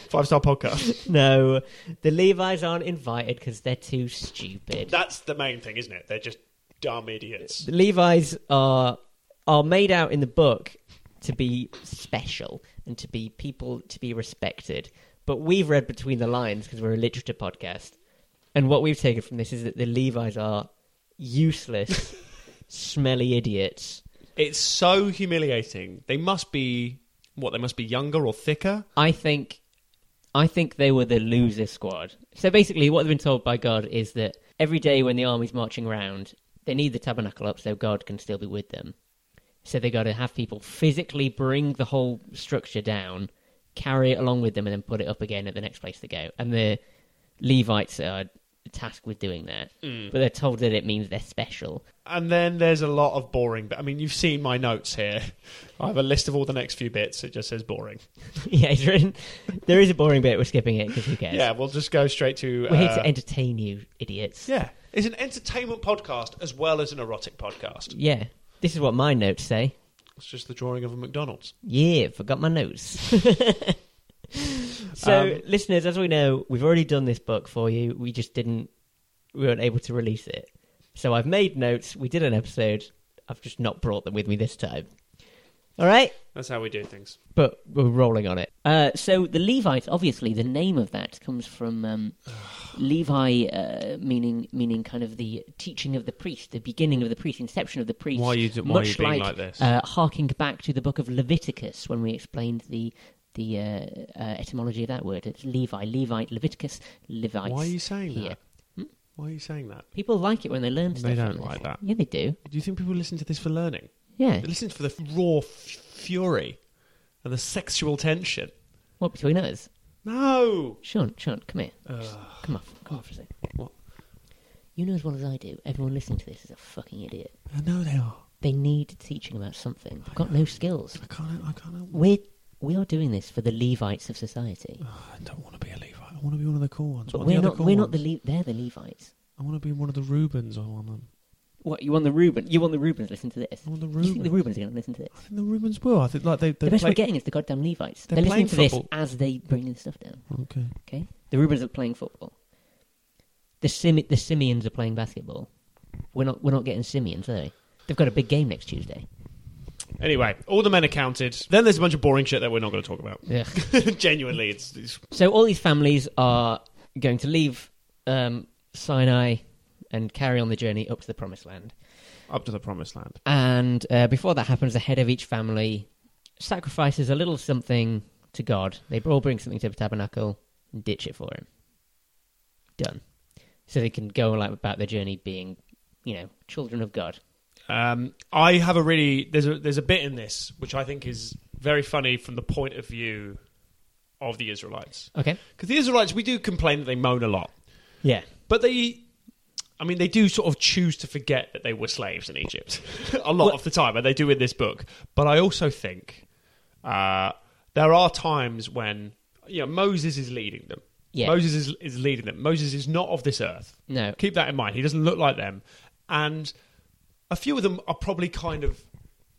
Speaker 2: Five star podcast.
Speaker 1: No, the Levites aren't invited because they're too stupid.
Speaker 2: That's the main thing, isn't it? They're just dumb idiots.
Speaker 1: The Levites are are made out in the book to be special and to be people to be respected. But we've read between the lines because we're a literature podcast, and what we've taken from this is that the Levites are useless, smelly idiots.
Speaker 2: It's so humiliating. They must be what? They must be younger or thicker.
Speaker 1: I think I think they were the loser squad. So basically what they've been told by God is that every day when the army's marching round, they need the tabernacle up so God can still be with them. So they gotta have people physically bring the whole structure down, carry it along with them and then put it up again at the next place to go. And the Levites are tasked with doing that.
Speaker 2: Mm.
Speaker 1: But they're told that it means they're special.
Speaker 2: And then there's a lot of boring. But I mean, you've seen my notes here. I have a list of all the next few bits. It just says boring.
Speaker 1: yeah, it's written there is a boring bit, we're skipping it because who cares?
Speaker 2: Yeah, we'll just go straight to.
Speaker 1: We're here
Speaker 2: uh,
Speaker 1: to entertain you, idiots.
Speaker 2: yeah, it's an entertainment podcast as well as an erotic podcast.
Speaker 1: Yeah. This is what my notes say.
Speaker 2: It's just the drawing of a McDonald's.
Speaker 1: Yeah, forgot my notes. so,
Speaker 2: Um,
Speaker 1: listeners, as we know, we've already done this book for you. We just didn't, we weren't able to release it. So, I've made notes. We did an episode. I've just not brought them with me this time. All right?
Speaker 2: That's how we do things.
Speaker 1: But we're rolling on it.
Speaker 3: Uh, so the Levites, obviously, the name of that comes from um, Levi, uh, meaning meaning kind of the teaching of the priest, the beginning of the priest, inception of the priest.
Speaker 2: Why are you do- why are
Speaker 3: much
Speaker 2: you being like this?
Speaker 3: Uh, harking back to the book of Leviticus when we explained the the uh, uh, etymology of that word. It's Levi, Levite, Leviticus, Levites.
Speaker 2: Why are you saying
Speaker 3: here.
Speaker 2: that? Hmm? Why are you saying that?
Speaker 3: People like it when they learn stuff.
Speaker 2: don't
Speaker 3: this.
Speaker 2: like that.
Speaker 3: Yeah, they do.
Speaker 2: Do you think people listen to this for learning?
Speaker 3: Yeah.
Speaker 2: They listen for the f- raw f- fury and the sexual tension.
Speaker 3: What between us?
Speaker 2: No.
Speaker 3: Sean, Sean, come here. Just come off, come off for a second.
Speaker 2: What?
Speaker 3: You
Speaker 1: You know as well as I do, everyone listening to this is a fucking idiot.
Speaker 2: I know Uh, they are.
Speaker 1: They need teaching about something. They've got no skills.
Speaker 2: I can't. I can't.
Speaker 1: We're, we are doing this for the Levites of society.
Speaker 2: I don't want to be a Levite. I want to be one of the cool ones.
Speaker 1: But
Speaker 2: one of the
Speaker 1: we're
Speaker 2: other
Speaker 1: not,
Speaker 2: cool
Speaker 1: we're not the
Speaker 2: ones.
Speaker 1: Le- they're the Levites.
Speaker 2: I want to be one of the Rubens. I want them.
Speaker 3: What you want the Reuben? You want the Rubens? Listen to this.
Speaker 2: I want the
Speaker 1: You think the Rubens
Speaker 2: Rubens.
Speaker 1: are going to listen to this?
Speaker 2: I think the Rubens will. I think like they. they
Speaker 1: the best
Speaker 2: play...
Speaker 1: we're getting is the goddamn Levites.
Speaker 2: They're
Speaker 1: They're, listening
Speaker 2: playing
Speaker 1: to
Speaker 2: football.
Speaker 1: this as they bring this stuff down.
Speaker 2: Okay.
Speaker 1: Okay, the Rubens are playing football. The Simi- the Simeons are playing basketball. We're not we're not getting Simeons, are we? They've got a big game next Tuesday.
Speaker 2: Anyway, all the men are counted. Then there's a bunch of boring shit that we're not going to talk about.
Speaker 1: Yeah.
Speaker 2: Genuinely, it's, it's
Speaker 1: so all these families are going to leave um, Sinai and carry on the journey up to the Promised Land.
Speaker 2: up to the promised land.
Speaker 1: And uh, before that happens, the head of each family sacrifices a little something to God. They all bring something to the tabernacle and ditch it for him. Done. So they can go like about their journey being, you know, children of God.
Speaker 2: Um, I have a really there's a there's a bit in this which I think is very funny from the point of view of the Israelites
Speaker 1: Okay.
Speaker 2: because the Israelites we do complain that they moan a lot,
Speaker 1: Yeah.
Speaker 2: but they, I mean, they do sort of choose to forget that they were slaves in Egypt a lot
Speaker 1: Well-
Speaker 2: of the time, and they do in this book. But I also think uh, there are times when you know Moses is leading them.
Speaker 1: Yeah.
Speaker 2: Moses is, is leading them. Moses is not of this earth.
Speaker 1: No.
Speaker 2: Keep that in mind. He doesn't look like them. And a few of them are probably kind of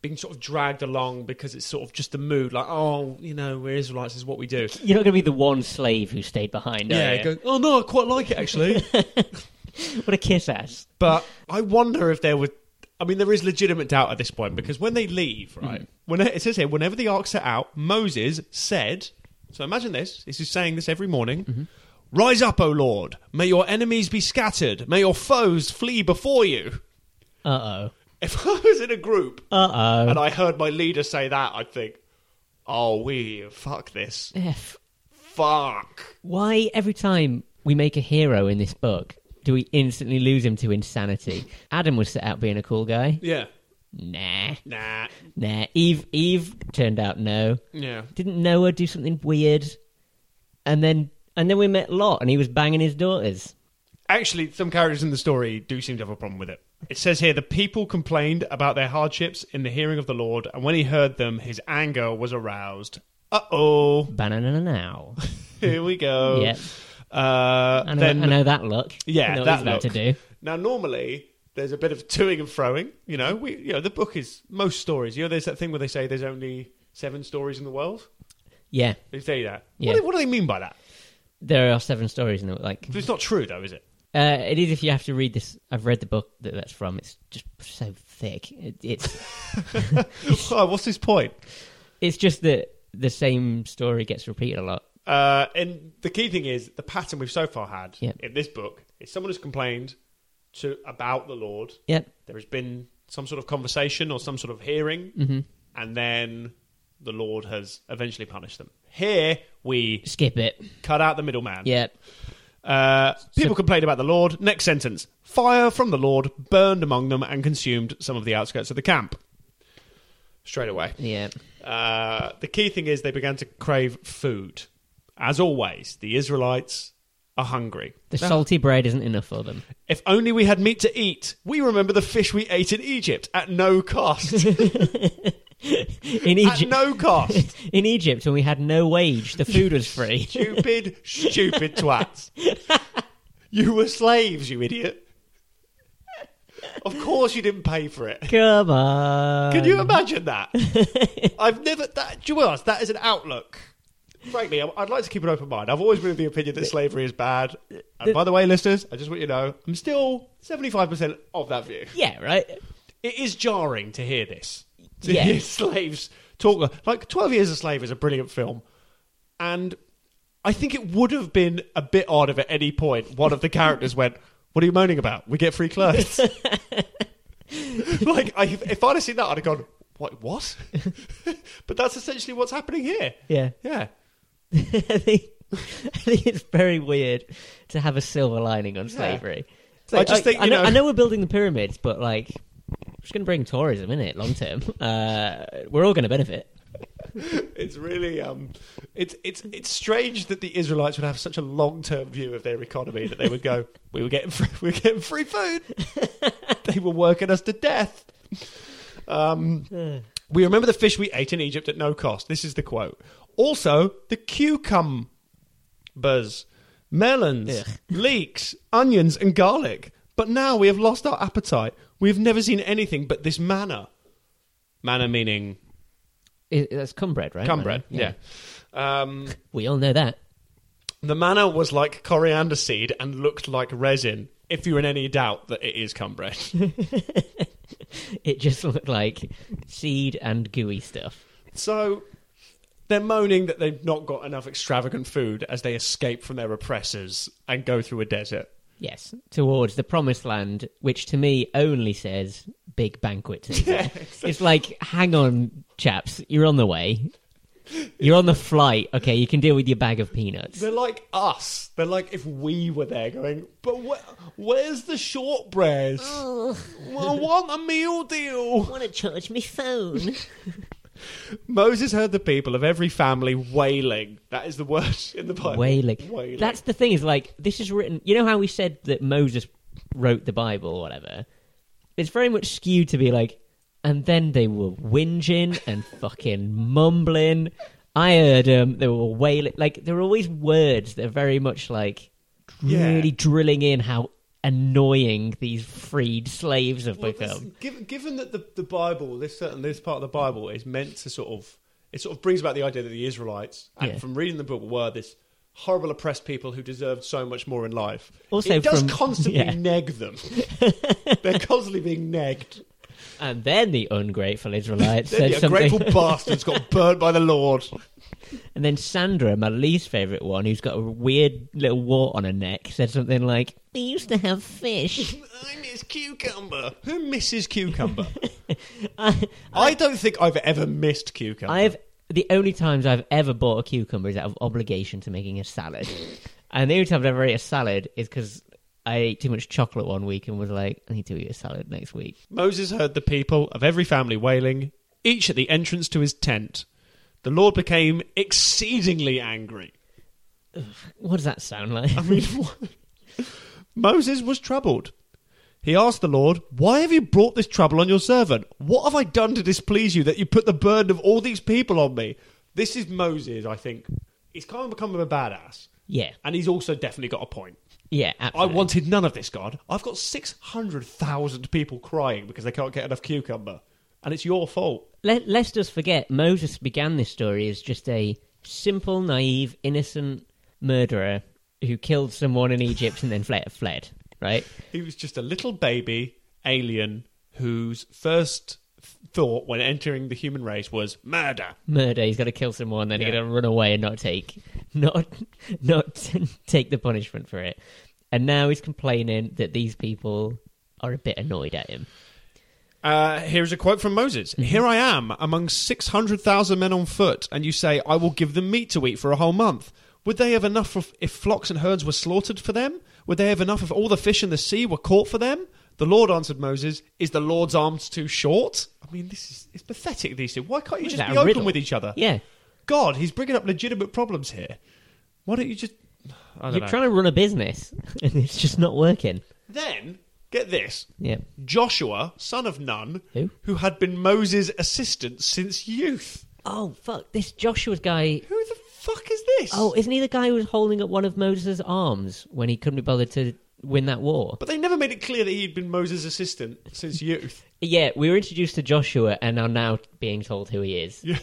Speaker 2: being sort of dragged along because it's sort of just the mood, like, oh, you know, we're Israelites, this is what we do.
Speaker 1: You're not going to be the one slave who stayed behind. Are
Speaker 2: yeah,
Speaker 1: you?
Speaker 2: go, oh no, I quite like it actually.
Speaker 1: What a kiss ass.
Speaker 2: but I wonder if there were. I mean, there is legitimate doubt at this point because when they leave, right? When it says here, whenever the ark set out, Moses said. So imagine this. This is saying this every morning. Rise up, O Lord! May your enemies be scattered. May your foes flee before you.
Speaker 1: Uh
Speaker 2: If I was in a group
Speaker 1: oh. Uh
Speaker 2: and I heard my leader say that, I'd think, "Oh, we fuck this,
Speaker 1: oh. F.
Speaker 2: fuck."
Speaker 1: Why every time we make a hero in this book do we instantly lose him to insanity? Adam was set out being a cool guy.
Speaker 2: Yeah,
Speaker 1: Nah.
Speaker 2: nah,
Speaker 1: Nah, Eve. Eve turned out no.
Speaker 2: yeah.
Speaker 1: Didn't Noah do something weird? And then, and then we met Lot, and he was banging his daughters.
Speaker 2: Actually, some characters in the story do seem to have a problem with it. It says here the people complained about their hardships in the hearing of the Lord, and when he heard them, his anger was aroused. Uh oh,
Speaker 1: Banana now.
Speaker 2: here we go.
Speaker 1: Yep.
Speaker 2: Uh,
Speaker 1: I know,
Speaker 2: then
Speaker 1: I know that look.
Speaker 2: yeah,
Speaker 1: I know what
Speaker 2: that
Speaker 1: he's about
Speaker 2: look.
Speaker 1: to do.
Speaker 2: now normally there's a bit of toing and froing. You know, we you know the book is most stories. You know, there's that thing where they say there's only seven stories in the world.
Speaker 1: Yeah,
Speaker 2: They say that.
Speaker 1: Yeah.
Speaker 2: What, do- what do they mean by that?
Speaker 1: there are seven stories in it. Like,
Speaker 2: It's not true though, is it?
Speaker 1: uh, it is if you have to read this. I've read the book that that's from. It's just so thick. It, it's
Speaker 2: oh, what's his point?
Speaker 1: it's just that the same story gets repeated a lot.
Speaker 2: Uh, and the key thing is the pattern we've so far had
Speaker 1: Yep.
Speaker 2: in this book is someone has complained to about the Lord.
Speaker 1: Yep.
Speaker 2: There has been some sort of conversation or some sort of hearing, and then the Lord has eventually punished them. Here we
Speaker 1: Skip it.
Speaker 2: cut out the middleman.
Speaker 1: Yep.
Speaker 2: Uh, people complained about the Lord. Next sentence: Fire from the Lord burned among them and consumed some of the outskirts of the camp. Straight away.
Speaker 1: Yeah.
Speaker 2: Uh, the key thing is they began to crave food. As always, the Israelites are hungry.
Speaker 1: The salty bread isn't enough for them.
Speaker 2: If only we had meat to eat. We remember the fish we ate in Egypt at no cost.
Speaker 1: In
Speaker 2: at
Speaker 1: Egypt,
Speaker 2: no cost.
Speaker 1: in Egypt when we had no wage, the food was free.
Speaker 2: Stupid, stupid twats. You were slaves, you idiot. Of course you didn't pay for it.
Speaker 1: Come on.
Speaker 2: Can you imagine that? I've never that. Do you realise that is an outlook? Frankly, I- I'd like to keep an open mind. I've always been of the opinion that slavery is bad. And by the way, listeners, I just want you to know, I'm still 75% of that view.
Speaker 1: Yeah, right?
Speaker 2: It is jarring to hear this. To
Speaker 1: Yeah.
Speaker 2: hear slaves talk like 12 Years a Slave is a brilliant film, and I think it would have been a bit odd if at any point one of the characters went, "What are you moaning about? We get free clothes." like I, if I'd have seen that, I'd have gone, "What? What?" but that's essentially what's happening here.
Speaker 1: Yeah.
Speaker 2: Yeah.
Speaker 1: I, think, I think it's very weird to have a silver lining on slavery. It's
Speaker 2: I just think,
Speaker 1: I
Speaker 2: you
Speaker 1: know,
Speaker 2: know-
Speaker 1: I know we're building the pyramids, but like, it's going to bring tourism, in it, long term? Uh, we're all going to benefit.
Speaker 2: It's really um, it's it's it's strange that the Israelites would have such a long term view of their economy that they would go, we were getting free, we were getting free food, they were working us to death. Um, we remember the fish we ate in Egypt at no cost. This is the quote. Also, the cucumbers, melons,
Speaker 1: Ugh.
Speaker 2: leeks, onions, and garlic. But now we have lost our appetite. We have never seen anything but this manna. Manna meaning
Speaker 1: It- that's cornbread, right?
Speaker 2: Cumbread,
Speaker 1: Manor?
Speaker 2: yeah. Um,
Speaker 1: We all know that.
Speaker 2: the manna was like coriander seed and looked like resin. If you're in any doubt that it is cumbread,
Speaker 1: It just looked like seed and gooey stuff.
Speaker 2: so they're moaning that they've not got enough extravagant food as they escape from their oppressors and go through a desert.
Speaker 1: Yes, towards the promised land, which to me only says big banquet. table. It's like, hang on, chaps, you're on the way. You're on the flight. Okay, you can deal with your bag of peanuts.
Speaker 2: They're like us. They're like if we were there, going, but wh- where's the shortbread? I want a meal deal.
Speaker 1: want to charge me phone?
Speaker 2: Moses heard the people of every family wailing. That is the word in the Bible.
Speaker 1: Wailing. That's the thing. Is like this is written. You know how we said that Moses wrote the Bible or whatever. It's very much skewed to be like, and then they were whinging and fucking mumbling. I heard them. They were wailing. Like there are always words that are very much like
Speaker 2: Yeah.
Speaker 1: really drilling in how annoying these freed slaves have
Speaker 2: Well, this-
Speaker 1: become.
Speaker 2: given, given that the, the Bible, this certain this part of the Bible is meant to sort of it sort of brings about the idea that the Israelites, and
Speaker 1: Yeah.
Speaker 2: from reading the book, were this horrible oppressed people who deserved so much more in life.
Speaker 1: Also
Speaker 2: it does
Speaker 1: from-
Speaker 2: constantly
Speaker 1: yeah.
Speaker 2: neg them. They're constantly being negged.
Speaker 1: And then the ungrateful Israelites said
Speaker 2: They're the
Speaker 1: something.
Speaker 2: ungrateful bastards got burnt by the Lord.
Speaker 1: And then Sandra, my least favourite one, who's got a weird little wart on her neck, said something like, We used to have fish.
Speaker 2: I miss cucumber. Who misses cucumber?
Speaker 1: I,
Speaker 2: I don't think I've ever missed cucumber.
Speaker 1: I've the only times I've ever bought a cucumber is out of obligation to making a salad. and the only time I've ever ate a salad is because I ate too much chocolate one week and was like, I need to eat a salad next week.
Speaker 2: Moses heard the people of every family wailing, each at the entrance to his tent. The Lord became exceedingly angry.
Speaker 1: What does that sound like?
Speaker 2: I mean, Moses was troubled. He asked the Lord, Why have you brought this trouble on your servant? What have I done to displease you that you put the burden of all these people on me? This is Moses, I think. He's kind of become a badass.
Speaker 1: yeah,
Speaker 2: And he's also definitely got a point.
Speaker 1: yeah,
Speaker 2: I
Speaker 1: absolutely.
Speaker 2: wanted none of this, God. I've got 600,000 people crying because they can't get enough cucumber. And it's your fault.
Speaker 1: Let, let's just forget Moses began this story as just a simple, naive, innocent murderer who killed someone in Egypt and then fled. fled right?
Speaker 2: He was just a little baby alien whose first thought when entering the human race was murder.
Speaker 1: Murder. He's got to kill someone, then he's
Speaker 2: Yeah.
Speaker 1: got to run away and not take, not, not take the punishment for it. And now he's complaining that these people are a bit annoyed at him.
Speaker 2: Uh, here's a quote from
Speaker 1: Mm-hmm.
Speaker 2: Moses Here I am, among 600,000 men on foot, and you say, I will give them meat to eat for a whole month. Would they have enough if, if flocks and herds were slaughtered for them? Would they have enough if all the fish in the sea were caught for them? The Lord answered Moses, Is the Lord's arms too short? I mean, this is it's pathetic, these two. Why can't you
Speaker 1: What is
Speaker 2: just
Speaker 1: that,
Speaker 2: be
Speaker 1: a
Speaker 2: open
Speaker 1: riddle?
Speaker 2: with each other?
Speaker 1: Yeah,
Speaker 2: God, he's bringing up legitimate problems here. Why don't you just. I don't
Speaker 1: you're
Speaker 2: know.
Speaker 1: trying to run a business, and it's just not working.
Speaker 2: Then, get this
Speaker 1: Yeah,
Speaker 2: Joshua, son of Nun,
Speaker 1: Who?
Speaker 2: had been Moses' assistant since youth.
Speaker 1: Oh fuck! This Joshua's guy
Speaker 2: Who the fuck is this?
Speaker 1: Oh, isn't he the guy who was holding up one of Moses' arms when he couldn't be bothered to win that war?
Speaker 2: But they never made it clear that he'd been Moses' assistant since youth.
Speaker 1: Yeah, we were introduced to Joshua and are now being told who he is.
Speaker 2: Yeah.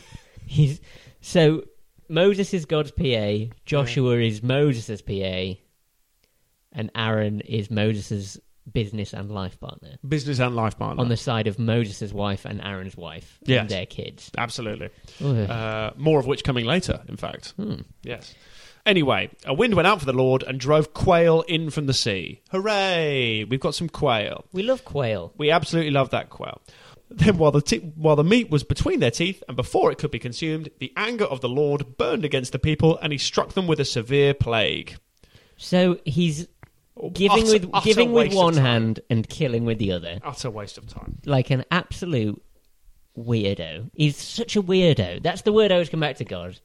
Speaker 1: He's so Moses is God's PA, Joshua is Moses' PA, and Aaron is Moses' business and life partner.
Speaker 2: Business and life partner.
Speaker 1: On the side of Moses' wife and Aaron's wife
Speaker 2: Yes.
Speaker 1: and their kids.
Speaker 2: Absolutely.
Speaker 1: Ugh.
Speaker 2: Uh, more of which coming later, in fact.
Speaker 1: Hmm.
Speaker 2: Yes. Anyway, a wind went out for the Lord and drove quail in from the sea. Hooray! We've got some quail.
Speaker 1: we love quail.
Speaker 2: We absolutely love that quail. Then, while the, te- while the meat was between their teeth and before it could be consumed, the anger of the Lord burned against the people and he struck them with a severe plague.
Speaker 1: So he's giving
Speaker 2: Oh, Utter-
Speaker 1: with
Speaker 2: utter
Speaker 1: giving with
Speaker 2: waste of
Speaker 1: one
Speaker 2: time.
Speaker 1: hand and killing with the other.
Speaker 2: Utter waste of time.
Speaker 1: like an absolute weirdo. He's such a weirdo. That's the word I always come back to. God,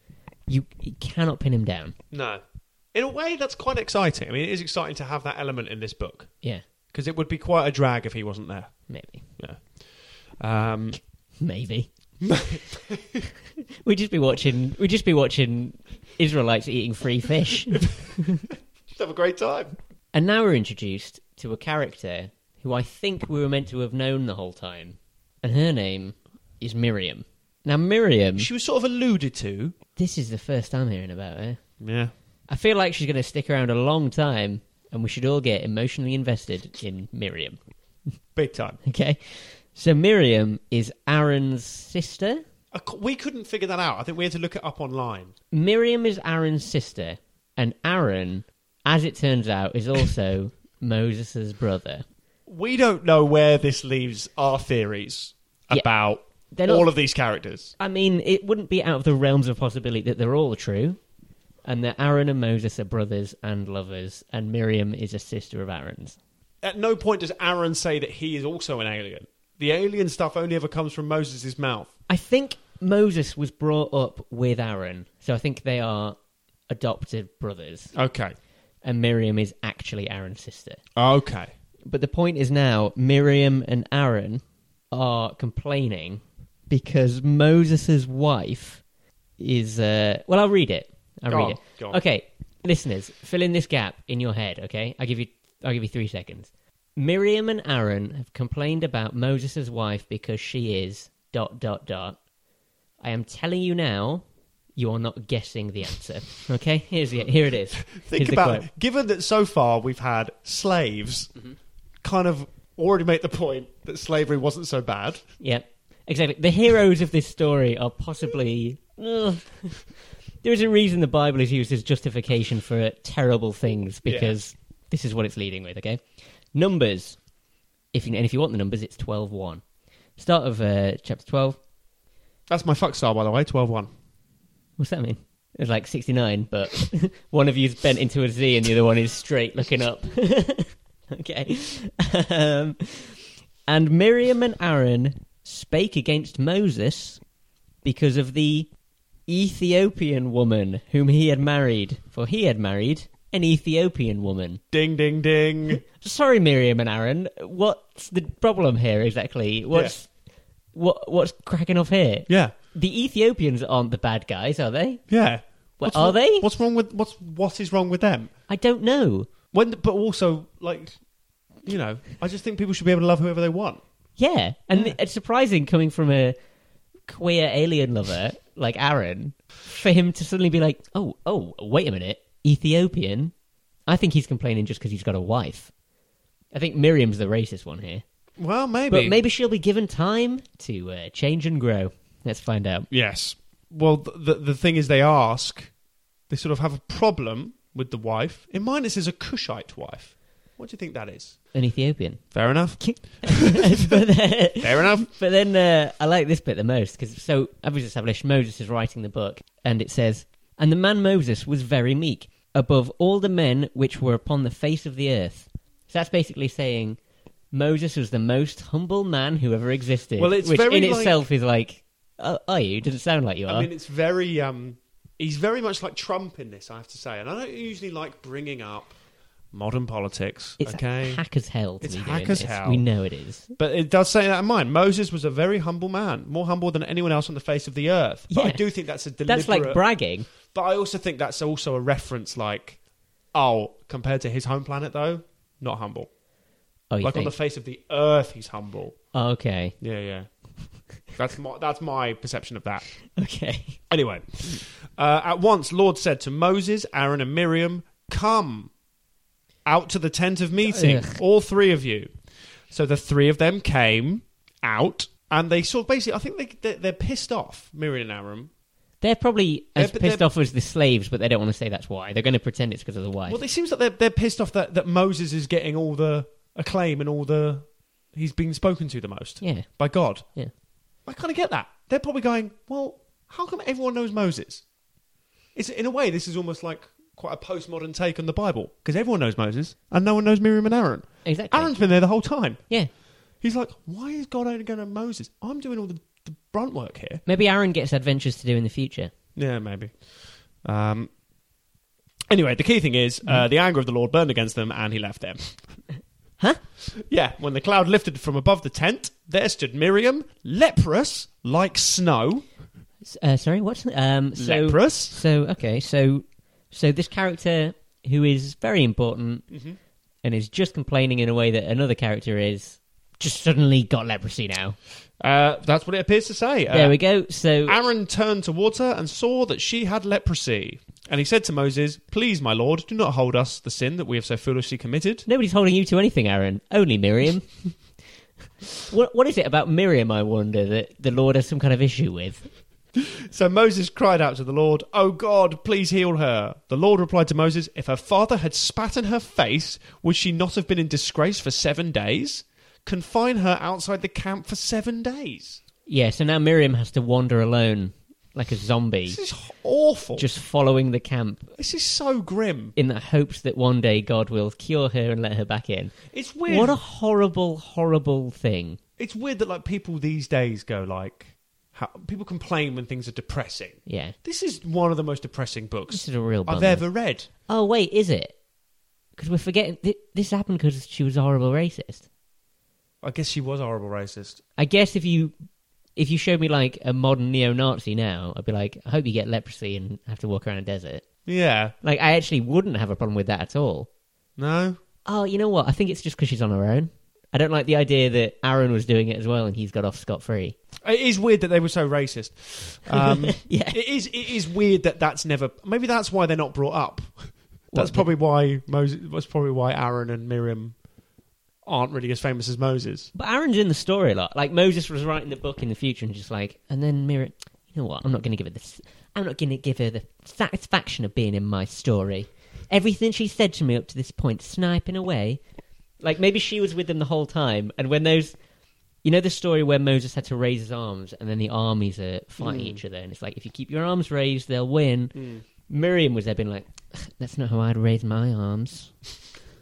Speaker 1: you, you cannot pin him down.
Speaker 2: No. In a way, that's quite exciting. I mean, it is exciting to have that element in this book
Speaker 1: Yeah,
Speaker 2: because it would be quite a drag if he wasn't there.
Speaker 1: maybe,
Speaker 2: Yeah. Um,
Speaker 1: maybe. we'd just be watching. We'd just be watching Israelites eating free fish.
Speaker 2: just have a great time.
Speaker 1: And now we're introduced to a character who I think we were meant to have known the whole time. And her name is Miriam. Now, Miriam,
Speaker 2: She was sort of alluded to.
Speaker 1: this is the first time hearing about her.
Speaker 2: Yeah.
Speaker 1: I feel like she's going to stick around a long time, and we should all get emotionally invested in Miriam.
Speaker 2: Big time.
Speaker 1: Okay? So, Miriam is Aaron's sister.
Speaker 2: I cou- We couldn't figure that out. I think we had to look it up online.
Speaker 1: Miriam is Aaron's sister, and Aaron, as it turns out, is also Moses' brother.
Speaker 2: We don't know where this leaves our theories
Speaker 1: Yeah.
Speaker 2: about
Speaker 1: They're not-
Speaker 2: all of these characters.
Speaker 1: I mean, it wouldn't be out of the realms of possibility that they're all true, and that Aaron and Moses are brothers and lovers, and Miriam is a sister of Aaron's.
Speaker 2: At no point does Aaron say that he is also an alien. The alien stuff only ever comes from Moses' mouth.
Speaker 1: I think Moses was brought up with Aaron, so I think they are adopted brothers,
Speaker 2: Okay.
Speaker 1: and Miriam is actually Aaron's sister.
Speaker 2: Okay.
Speaker 1: But the point is now, Miriam and Aaron are complaining because Moses' wife is. Uh, well, I'll read it. I'll
Speaker 2: Go
Speaker 1: read
Speaker 2: on,
Speaker 1: it.
Speaker 2: go on.
Speaker 1: Okay, listeners, fill in this gap in your head. Okay, I'll give you. I'll give you three seconds. Miriam and Aaron have complained about Moses' wife because she is dot dot dot. I am telling you now, you are not guessing the answer. Okay, here's the, here it is. Here's
Speaker 2: Think
Speaker 1: the
Speaker 2: about
Speaker 1: quote. Mm-hmm.
Speaker 2: it. Given that so far we've had slaves, kind of already make the point that slavery wasn't so bad.
Speaker 1: Yep, exactly. The heroes of this story are possibly. Ugh. there is a reason the Bible is used as justification for uh, terrible things because this is what it's leading with. Okay, numbers. If you, and if you want the numbers, it's 12-1. Start of uh, chapter twelve.
Speaker 2: That's my fuck star, by the way, 12 1.
Speaker 1: What's that mean? It was like sixty nine, but one of you's bent into a Z and the other one is straight looking up. okay. Um, and Miriam and Aaron spake against Moses because of the Ethiopian woman whom he had married, for he had married an Ethiopian woman.
Speaker 2: Ding, ding, ding.
Speaker 1: Sorry, Miriam and Aaron. What's the problem here exactly? What's what what's cracking off here?
Speaker 2: yeah.
Speaker 1: The Ethiopians aren't the bad guys, are they?
Speaker 2: Yeah.
Speaker 1: Well, are
Speaker 2: wrong,
Speaker 1: they?
Speaker 2: What's wrong with what's what is wrong with them?
Speaker 1: I don't know.
Speaker 2: When, but also like, you know, I just think people should be able to love whoever they want.
Speaker 1: Yeah, and it's surprising coming from a queer alien lover like Aaron for him to suddenly be like, "Oh, oh, wait a minute, Ethiopian." I think he's complaining just because he's got a wife. I think Miriam's the racist one here,
Speaker 2: Well, maybe.
Speaker 1: but maybe she'll be given time to uh, change and grow. Let's find out.
Speaker 2: Yes. Well, th- the the thing is, they ask. They sort of have a problem with the wife. In mine, this is a Cushite wife. What do you think that is?
Speaker 1: An Ethiopian,
Speaker 2: Fair enough.
Speaker 1: but uh, then,
Speaker 2: Fair enough.
Speaker 1: but then uh, I like this bit the most because so as was established, Moses is writing the book, and it says, "And the man Moses was very meek above all the men which were upon the face of the earth." So that's basically saying Moses was the most humble man who ever existed.
Speaker 2: Well, it's
Speaker 1: which
Speaker 2: very
Speaker 1: in
Speaker 2: like-
Speaker 1: itself is like, oh, are you? Doesn't sound like you are.
Speaker 2: I mean, it's very. Um, he's very much like Trump in this, I have to say, and I don't usually like bringing up modern politics.
Speaker 1: it's
Speaker 2: okay.
Speaker 1: hack as hell. To
Speaker 2: It's
Speaker 1: be
Speaker 2: hack
Speaker 1: doing
Speaker 2: as
Speaker 1: this.
Speaker 2: hell.
Speaker 1: We know it is.
Speaker 2: But it does say that in mind. Moses was a very humble man, more humble than anyone else on the face of the earth. But I
Speaker 1: Yeah.
Speaker 2: do think that's a deliberate.
Speaker 1: That's like bragging.
Speaker 2: but I also think that's also a reference, like, oh, compared to his home planet, though, not humble.
Speaker 1: Oh, you
Speaker 2: like on
Speaker 1: think?
Speaker 2: the face of the earth, he's humble.
Speaker 1: Oh, okay,
Speaker 2: Yeah, yeah. That's my that's my perception of that.
Speaker 1: okay.
Speaker 2: Anyway, uh, at once, Lord said to Moses, Aaron, and Miriam, "Come out to the tent of meeting,
Speaker 1: Ugh.
Speaker 2: all three of you." So the three of them came out, and they sort of basically. I think they, they they're pissed off, Miriam and Aaron.
Speaker 1: They're probably as
Speaker 2: Yeah, but
Speaker 1: pissed
Speaker 2: they're-
Speaker 1: off as the slaves, but they don't want to say that's why. They're going to pretend it's because of the wife.
Speaker 2: Well, it seems like they're they're pissed off that that Moses is getting all the acclaim and all the he's being spoken to the most
Speaker 1: yeah,
Speaker 2: by God.
Speaker 1: yeah.
Speaker 2: I kind of get that. They're probably going, well, how come everyone knows Moses? It's, in a way, this is almost like quite a postmodern take on the Bible because everyone knows Moses and no one knows Miriam and Aaron.
Speaker 1: Exactly.
Speaker 2: Aaron's been there the whole time.
Speaker 1: Yeah.
Speaker 2: He's like, why is God only going to Moses? I'm doing all the the brunt work here.
Speaker 1: Maybe Aaron gets adventures to do in the future.
Speaker 2: Yeah, maybe. Um, anyway, the key thing is
Speaker 1: Mm.
Speaker 2: uh, the anger of the Lord burned against them, and he left them.
Speaker 1: Huh?
Speaker 2: Yeah, when the cloud lifted from above the tent, there stood Miriam, leprous like snow.
Speaker 1: S- Uh, sorry, what's um? So
Speaker 2: leprous.
Speaker 1: so okay, so so this character who is very important
Speaker 2: Mm-hmm.
Speaker 1: and is just complaining in a way that another character is just suddenly got leprosy now.
Speaker 2: Uh, that's what it appears to say. Uh,
Speaker 1: there we go. So
Speaker 2: Aaron turned towards her and saw that she had leprosy. And he said to Moses, Please, my lord, do not hold us the sin that we have so foolishly committed.
Speaker 1: Nobody's holding you to anything, Aaron. Only Miriam. what What is it about Miriam? I wonder that the Lord has some kind of issue with.
Speaker 2: So Moses cried out to the Lord, Oh God, please heal her. The Lord replied to Moses, If her father had spat in her face, would she not have been in disgrace for seven days? Confine her outside the camp for seven days.
Speaker 1: Yeah. So now Miriam has to wander alone, like a zombie,
Speaker 2: This is awful.
Speaker 1: just following the camp
Speaker 2: this is so grim.
Speaker 1: in the hopes that one day God will cure her and let her back in.
Speaker 2: It's weird.
Speaker 1: What a horrible, horrible thing.
Speaker 2: it's weird that like people these days go like, how, people complain when things are depressing.
Speaker 1: Yeah.
Speaker 2: This is one of the most depressing
Speaker 1: This
Speaker 2: books
Speaker 1: is a real
Speaker 2: I've
Speaker 1: bummer.
Speaker 2: ever read.
Speaker 1: Oh wait, is it? Because we're forgetting th- this happened because she was a horrible racist.
Speaker 2: I guess she was a horrible racist.
Speaker 1: I guess if you if you showed me like a modern neo-Nazi now, I'd be like, I hope you get leprosy and have to walk around a desert.
Speaker 2: Yeah.
Speaker 1: Like, I actually wouldn't have a problem with that at all.
Speaker 2: No?
Speaker 1: Oh, you know what? I think it's just because she's on her own. I don't like the idea that Aaron was doing it as well and he's got off scot free.
Speaker 2: It is weird that they were so racist. Um,
Speaker 1: Yeah.
Speaker 2: It is it is weird that that's never maybe that's why they're not brought up. That's
Speaker 1: What,
Speaker 2: probably why Moses that's probably why Aaron and Miriam aren't really as famous as Moses.
Speaker 1: But Aaron's in the story a lot. Like Moses was writing the book in the future and just like, and then Mira, you know what? I'm not going to give her this. I'm not going to give her the satisfaction of being in my story. Everything she said to me up to this point, sniping away. Like maybe she was with them the whole time, and when those, you know, the story where Moses had to raise his arms, and then the armies are fighting each other, and it's like if you keep your arms raised, they'll win. Miriam was there being like, that's not how I'd raise my arms.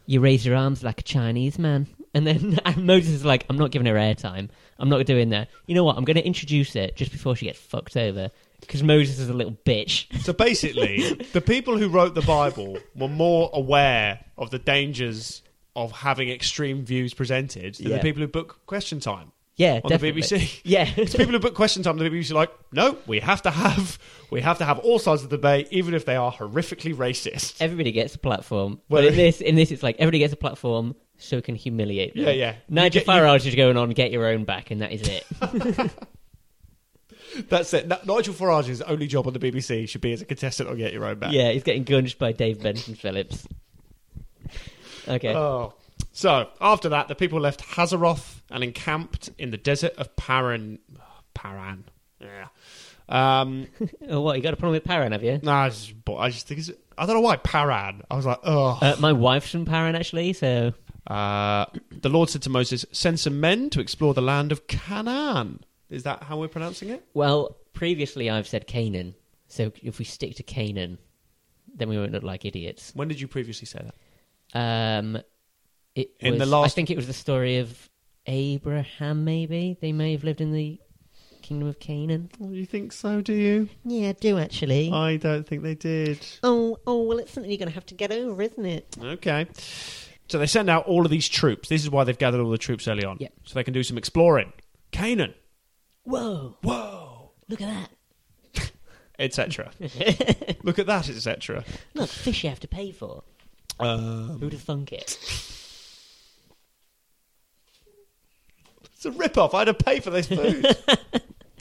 Speaker 1: You raise your arms like a Chinese man. And then and Moses is like, I'm not giving her airtime. I'm not doing that. You know what? I'm going to introduce it just before she gets fucked over. Because Moses is a little bitch.
Speaker 2: So basically, the people who wrote the Bible were more aware of the dangers of having extreme views presented than
Speaker 1: Yeah.
Speaker 2: the people who book Question Time.
Speaker 1: Yeah,
Speaker 2: On the
Speaker 1: definitely.
Speaker 2: BBC.
Speaker 1: Yeah.
Speaker 2: Because people who book question time, the BBC are like, no, we have to have we have to have all sides of the debate, even if they are horrifically racist.
Speaker 1: everybody gets a platform.
Speaker 2: Well-
Speaker 1: but in this, in this, it's like everybody gets a platform so it can humiliate them.
Speaker 2: Yeah, yeah.
Speaker 1: Nigel
Speaker 2: You get- you-
Speaker 1: Farage is going on, get your own back, and that is it.
Speaker 2: That's it. N- Nigel Farage's only job on the BBC should be as a contestant on Get Your Own Back.
Speaker 1: yeah, he's getting gunged by Dave Benson Phillips. Okay.
Speaker 2: Oh. So after that, the people left Hazaroth and encamped in the desert of Paran. Paran. Yeah. Um,
Speaker 1: oh, what? You got a problem with Paran, have you?
Speaker 2: nah, I just, bo- I just think it's. I don't know why Paran. I was like, oh.
Speaker 1: Uh, my wife's from Paran, actually, so
Speaker 2: Uh, the Lord said to Moses, "Send some men to explore the land of Canaan." Is that how we're pronouncing it?
Speaker 1: Well, previously I've said Canaan, so if we stick to Canaan, then we won't look like idiots.
Speaker 2: When did you previously say that?
Speaker 1: Um, it
Speaker 2: In
Speaker 1: was,
Speaker 2: the last-
Speaker 1: I think it was the story of Abraham. Maybe they may have lived in the kingdom of Canaan.
Speaker 2: Oh, you think so? Do you?
Speaker 1: Yeah, I do actually.
Speaker 2: I don't think they did.
Speaker 1: oh, oh, well, it's something you're going to have to get over, isn't it?
Speaker 2: Okay. So they send out all of these troops. This is why they've gathered all the troops early on.
Speaker 1: Yeah.
Speaker 2: So they can do some exploring. Canaan.
Speaker 1: Whoa!
Speaker 2: Whoa.
Speaker 1: Look at that.
Speaker 2: Etc. Look at that, etc.
Speaker 1: Look, fish you have to pay for.
Speaker 2: Um,
Speaker 1: Who'd have thunk it?
Speaker 2: it's a rip-off. I had to pay for this food.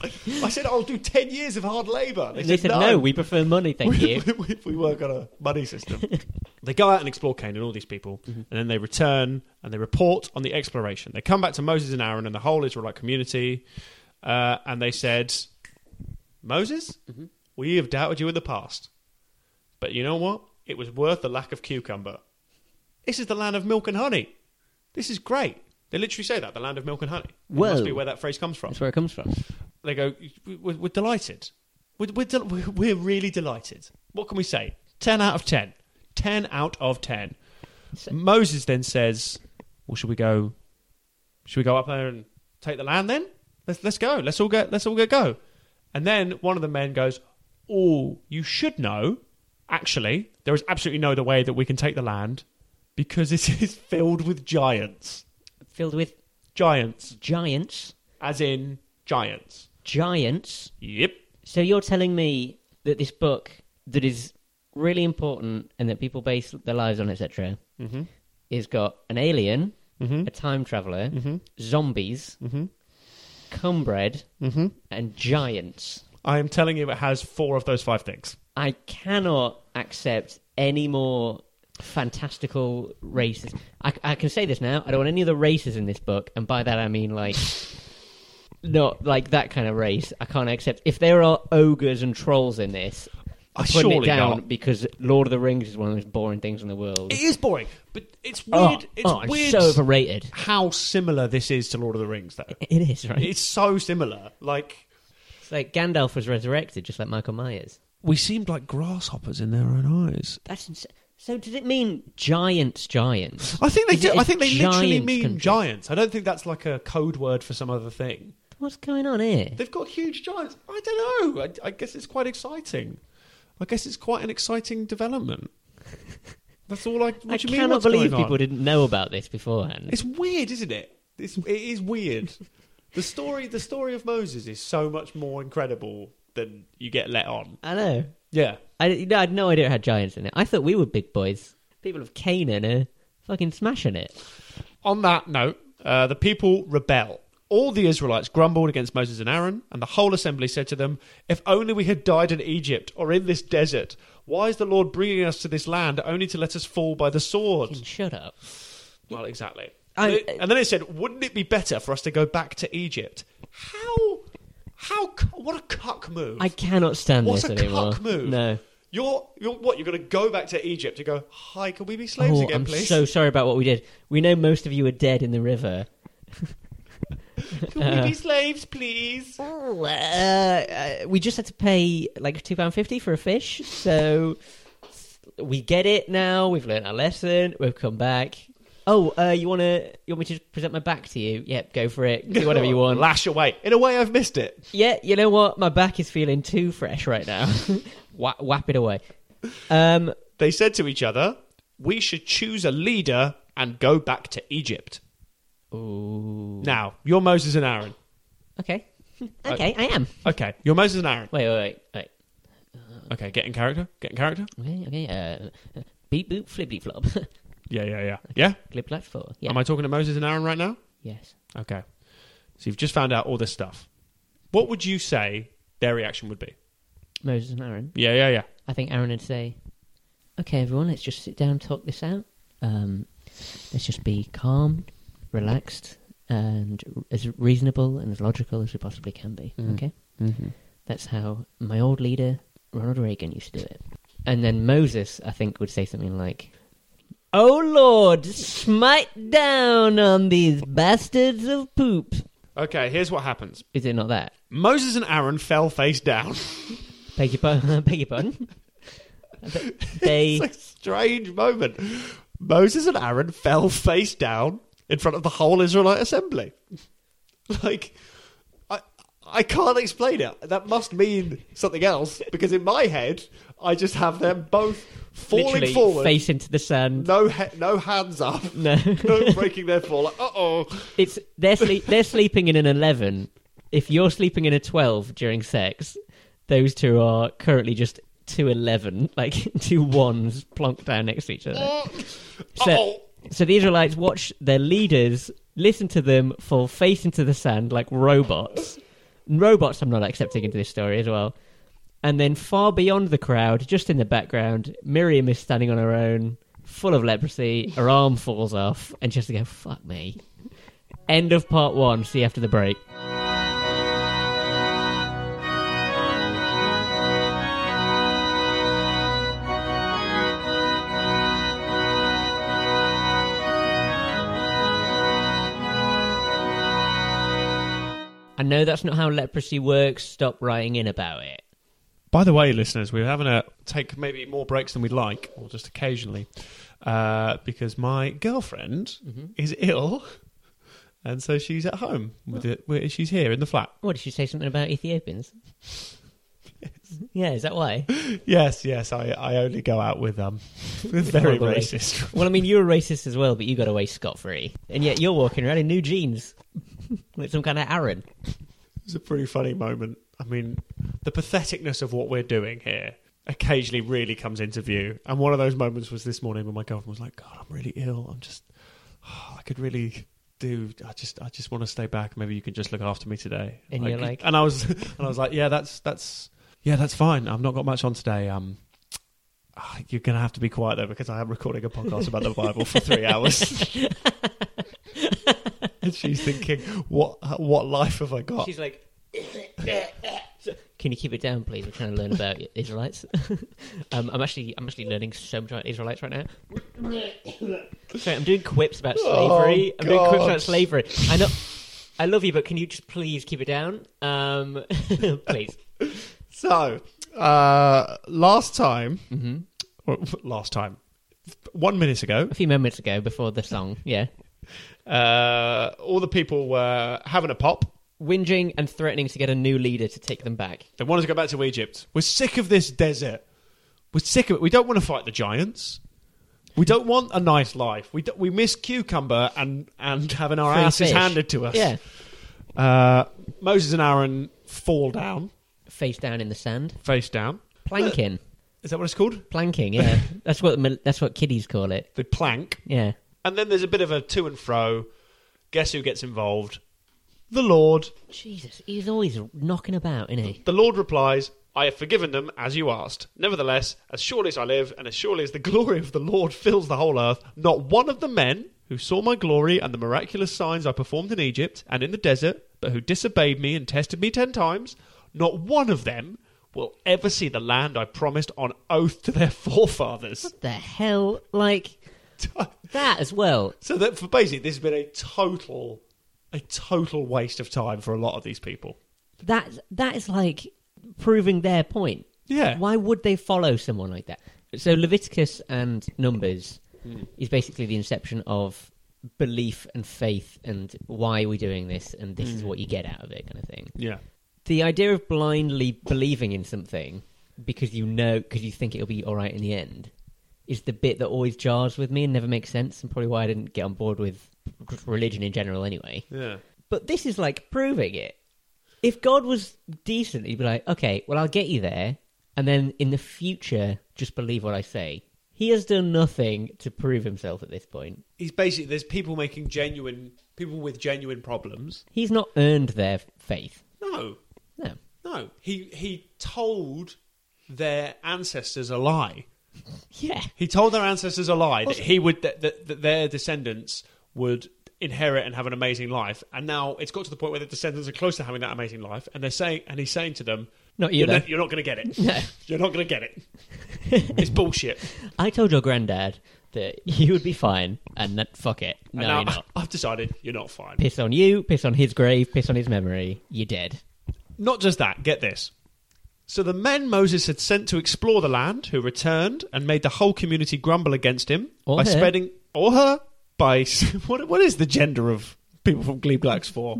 Speaker 2: I said, I'll do 10 years of hard labour.
Speaker 1: They said no. We prefer money, thank
Speaker 2: we,
Speaker 1: you.
Speaker 2: we- we work on a money system. they go out and explore Canaan, all these people,
Speaker 1: Mm-hmm.
Speaker 2: and then they return and they report on the exploration. They come back to Moses and Aaron and the whole Israelite community, uh, and they said, Moses,
Speaker 1: Mm-hmm.
Speaker 2: we have doubted you in the past, but you know what? It was worth the lack of cucumber. This is the land of milk and honey. This is great. They literally say that, the land of milk and honey. It must
Speaker 1: Whoa.
Speaker 2: be where that phrase comes from
Speaker 1: That's where it comes from.
Speaker 2: they go, we're, we're delighted. We're, we're, del- we're- we're really delighted. What can we say? 10 out of 10. 10 out of 10.
Speaker 1: So-
Speaker 2: Moses then says, well, should we go, should we go up there and take the land then? Let's let's go. Let's all get let's all get go. And then one of the men goes, "Oh, you should know. Actually, there is absolutely no other way that we can take the land because it is filled with giants.
Speaker 1: filled with
Speaker 2: Giants,
Speaker 1: giants.
Speaker 2: as in giants.
Speaker 1: Giants.
Speaker 2: Yep.
Speaker 1: So you're telling me that this book that is really important and that people base their lives on, etc.,
Speaker 2: Mhm.
Speaker 1: is got an alien,
Speaker 2: Mhm.
Speaker 1: a time traveler, zombies, cornbread,
Speaker 2: Mm-hmm.
Speaker 1: and giants.
Speaker 2: I am telling you, it has four of those five things.
Speaker 1: I cannot accept any more fantastical races. I, I can say this now. I don't want any other races in this book, and by that I mean like. Not like that kind of race. I can't accept. If there are ogres and trolls in this,
Speaker 2: I
Speaker 1: putting it down because Lord of the Rings is one of the most boring things in the world.
Speaker 2: It is boring, but it's
Speaker 1: Oh,
Speaker 2: weird. it's
Speaker 1: oh,
Speaker 2: weird
Speaker 1: so overrated.
Speaker 2: how similar this is to Lord of the Rings, though.
Speaker 1: It is right.
Speaker 2: It's so similar. Like
Speaker 1: It's like Gandalf was resurrected, just like Michael Myers.
Speaker 2: we seemed like grasshoppers in their own eyes.
Speaker 1: That's ins- so. Does it mean giants? Giants?
Speaker 2: I think they
Speaker 1: Is
Speaker 2: do.
Speaker 1: it a
Speaker 2: I think they literally
Speaker 1: giant
Speaker 2: mean
Speaker 1: country?
Speaker 2: giants. I don't think that's like a code word for some other thing.
Speaker 1: What's going on here?
Speaker 2: They've got huge giants. I don't know. I, I guess it's quite exciting. I guess it's quite an exciting development. That's all I. What
Speaker 1: I
Speaker 2: do you mean?
Speaker 1: cannot
Speaker 2: what's
Speaker 1: believe
Speaker 2: going on?
Speaker 1: people didn't know about this beforehand.
Speaker 2: It's weird, isn't it? It's, it is weird. the story, the story of Moses is so much more incredible than you get let on.
Speaker 1: I know.
Speaker 2: Yeah,
Speaker 1: I, you know, I had no idea it had giants in it. I thought we were big boys. People of Canaan are fucking smashing it.
Speaker 2: On that note, uh, the people rebel. All the Israelites grumbled against Moses and Aaron, and the whole assembly said to them, If only we had died in Egypt or in this desert. Why is the Lord bringing us to this land only to let us fall by the
Speaker 1: Fucking
Speaker 2: sword?
Speaker 1: Shut up.
Speaker 2: Well, exactly.
Speaker 1: I-
Speaker 2: and, then- and then they said, Wouldn't it be better for us to go back to Egypt? How? How? cu- What a cuck move.
Speaker 1: I cannot stand
Speaker 2: What's
Speaker 1: this
Speaker 2: a
Speaker 1: anymore.
Speaker 2: cuck move?
Speaker 1: No.
Speaker 2: You're, you're what? You're going to go back to Egypt to go, Hi, can we be slaves
Speaker 1: Oh,
Speaker 2: again,
Speaker 1: I'm
Speaker 2: please?
Speaker 1: so sorry about what we did. We know most of you are dead in the river.
Speaker 2: can we be slaves, please?
Speaker 1: Oh, uh, uh, we just had to pay like two pound fifty for a fish, so we get it now. We've learned our lesson. We've come back. Oh, uh, you wanna? You want me to present my back to you? Yep, go for it. Do whatever you want.
Speaker 2: Lash away. In a way, I've missed it.
Speaker 1: Yeah, you know what? My back is feeling too fresh right now. Wha- whap it away. Um,
Speaker 2: They said to each other, We should choose a leader and go back to Egypt.
Speaker 1: ooh.
Speaker 2: Now, you're Moses and Aaron.
Speaker 1: Okay. Okay, I am.
Speaker 2: Okay, you're Moses and Aaron.
Speaker 1: Wait, wait, wait,
Speaker 2: Okay, get in character. Get in character.
Speaker 1: wait. Okay, okay. Uh, beep boop flibbly flop.
Speaker 2: Yeah, yeah, yeah. Yeah?
Speaker 1: Glip like four. Yeah.
Speaker 2: Am I talking to Moses and Aaron right now?
Speaker 1: Yes.
Speaker 2: Okay. So you've just found out all this stuff. What would you say their reaction would be?
Speaker 1: Moses and Aaron.
Speaker 2: Yeah, yeah, yeah.
Speaker 1: I think Aaron would say, "Okay, everyone, let's just sit down, and talk this out. Um, let's just be calm, relaxed, and r- as reasonable and as logical as we possibly can be.
Speaker 2: Mm-hmm.
Speaker 1: Okay, that's how my old leader Ronald Reagan used to do it. And then Moses, I think, would say something like." Oh Lord, smite down on these bastards of poop.
Speaker 2: Okay, here's what happens
Speaker 1: Is it not that?
Speaker 2: Moses and Aaron fell face down.
Speaker 1: Beg your pardon. beg your pardon. They
Speaker 2: it's a strange moment. Moses and Aaron fell face down in front of the whole Israelite assembly. Like, I I can't explain it. That must mean something else because in my head, I just have them both falling
Speaker 1: literally
Speaker 2: forward,
Speaker 1: face into the sand.
Speaker 2: no he- no hands up,
Speaker 1: No,
Speaker 2: no breaking their fall. Like, uh oh,
Speaker 1: it's they're sleep, they're sleeping in an eleven. If you're sleeping in a twelve during sex, those two are currently just two eleven, like two ones plonked down next to each other.
Speaker 2: uh
Speaker 1: So,
Speaker 2: oh.
Speaker 1: so the Israelites watch their leaders listen to them fall face into the sand like robots. robots, I'm not accepting into this story as well. And then far beyond the crowd, just in the background, Miriam is standing on her own, full of leprosy. Her arm falls off, and she has to go, fuck me. End of part one. See you after the break. I know that's not how leprosy works. Stop writing in about it.
Speaker 2: By the way, listeners, we're having to take maybe more breaks than we'd like, or just occasionally, uh, because my girlfriend is ill and so she's at home. With the, where- she's here in the flat.
Speaker 1: What did she say? Something about Ethiopians? Yeah, is that why?
Speaker 2: Yes, yes. I, I only go out with um with very
Speaker 1: Probably.
Speaker 2: racist.
Speaker 1: Well, I mean, you're a racist as well, but you got away scot free, and yet you're walking around in new jeans, like some kind of Aaron.
Speaker 2: It was a pretty funny moment. I mean, the patheticness of what we're doing here occasionally really comes into view. And one of those moments was this morning when my girlfriend was like, "God, I'm really ill. I'm just, I could really." do. I just, I just want to stay back. Maybe you can just look after me today.
Speaker 1: And you're like-
Speaker 2: and I was, and I was like, yeah, that's, that's, yeah, that's fine. I've not got much on today. Um, ah, you're gonna have to be quiet though because I am recording a podcast about the Bible for three hours. and she's thinking, what, what life have I got?
Speaker 1: She's like, "Can you keep it down, please? We're trying to learn about Israelites. um, I'm actually, I'm actually learning so much about Israelites right now. Sorry, I'm doing quips about slavery. I'm doing quips
Speaker 2: God.
Speaker 1: about slavery. I know, I love you, but can you just please keep it down? Um, please.
Speaker 2: So, uh, last time, or, last time, one minute ago,
Speaker 1: A few moments ago, before the song, yeah,
Speaker 2: uh, all the people were having a pop.
Speaker 1: whinging and threatening to get a new leader to take them back.
Speaker 2: They wanted to go back to Egypt. We're sick of this desert. We're sick of it. We don't want to fight the giants. We don't want a nice life. We do, we miss cucumber and and having our
Speaker 1: Free
Speaker 2: asses
Speaker 1: fish.
Speaker 2: handed to us.
Speaker 1: Yeah,
Speaker 2: Uh, Moses and Aaron fall down,
Speaker 1: face down in the sand,
Speaker 2: face down.
Speaker 1: planking,
Speaker 2: Is that what it's called?
Speaker 1: planking. Yeah, that's what mil- that's what kiddies call it.
Speaker 2: The plank.
Speaker 1: Yeah.
Speaker 2: And then there's a bit of a to and fro. Guess who gets involved? The Lord.
Speaker 1: Jesus, he's always knocking about, isn't he?
Speaker 2: The Lord replies, I have forgiven them as you asked. Nevertheless, as surely as I live, and as surely as the glory of the Lord fills the whole earth, not one of the men who saw my glory and the miraculous signs I performed in Egypt and in the desert, but who disobeyed me and tested me ten times, not one of them will ever see the land I promised on oath to their forefathers.
Speaker 1: The hell, like that as well.
Speaker 2: So that for basically, this has been a total, a total waste of time for a lot of these people.
Speaker 1: That that is like proving their point.
Speaker 2: Yeah.
Speaker 1: Why would they follow someone like that? So Leviticus and Numbers
Speaker 2: Hmm.
Speaker 1: is basically the inception of belief and faith and why are we doing this and this
Speaker 2: Hmm.
Speaker 1: is what you get out of it kind of thing.
Speaker 2: Yeah.
Speaker 1: The idea of blindly believing in something because you know because you think it'll be all right in the end is the bit that always jars with me and never makes sense and probably why I didn't get on board with religion in general anyway.
Speaker 2: Yeah.
Speaker 1: But this is like proving it. If God was decent, he'd be like, okay, well, I'll get you there. And then in the future, just believe what I say. He has done nothing to prove himself at this point.
Speaker 2: he's basically there's people making genuine people with genuine problems.
Speaker 1: He's not earned their faith.
Speaker 2: No,
Speaker 1: No.
Speaker 2: no. He he told their ancestors a lie.
Speaker 1: Yeah.
Speaker 2: He told their ancestors a lie that he would that, that, that their descendants would inherit and have an amazing life. And now it's got to the point where the descendants are close to having that amazing life, and they're saying and he's saying to them,
Speaker 1: Not you,
Speaker 2: You're
Speaker 1: though.
Speaker 2: not, you're not going to get it.
Speaker 1: No.
Speaker 2: You're not going to get it. it's bullshit.
Speaker 1: I told your granddad that you would be fine, and that, fuck it. No,
Speaker 2: And
Speaker 1: you're
Speaker 2: now
Speaker 1: not.
Speaker 2: I've decided you're not fine.
Speaker 1: Piss on you, piss on his grave, piss on his memory. You're dead.
Speaker 2: Not just that, get this. So the men Moses had sent to explore the land, who returned and made the whole community grumble against him
Speaker 1: Or
Speaker 2: by
Speaker 1: her.
Speaker 2: spreading or her by s- what what is the gender of people from Glebe Glacks for?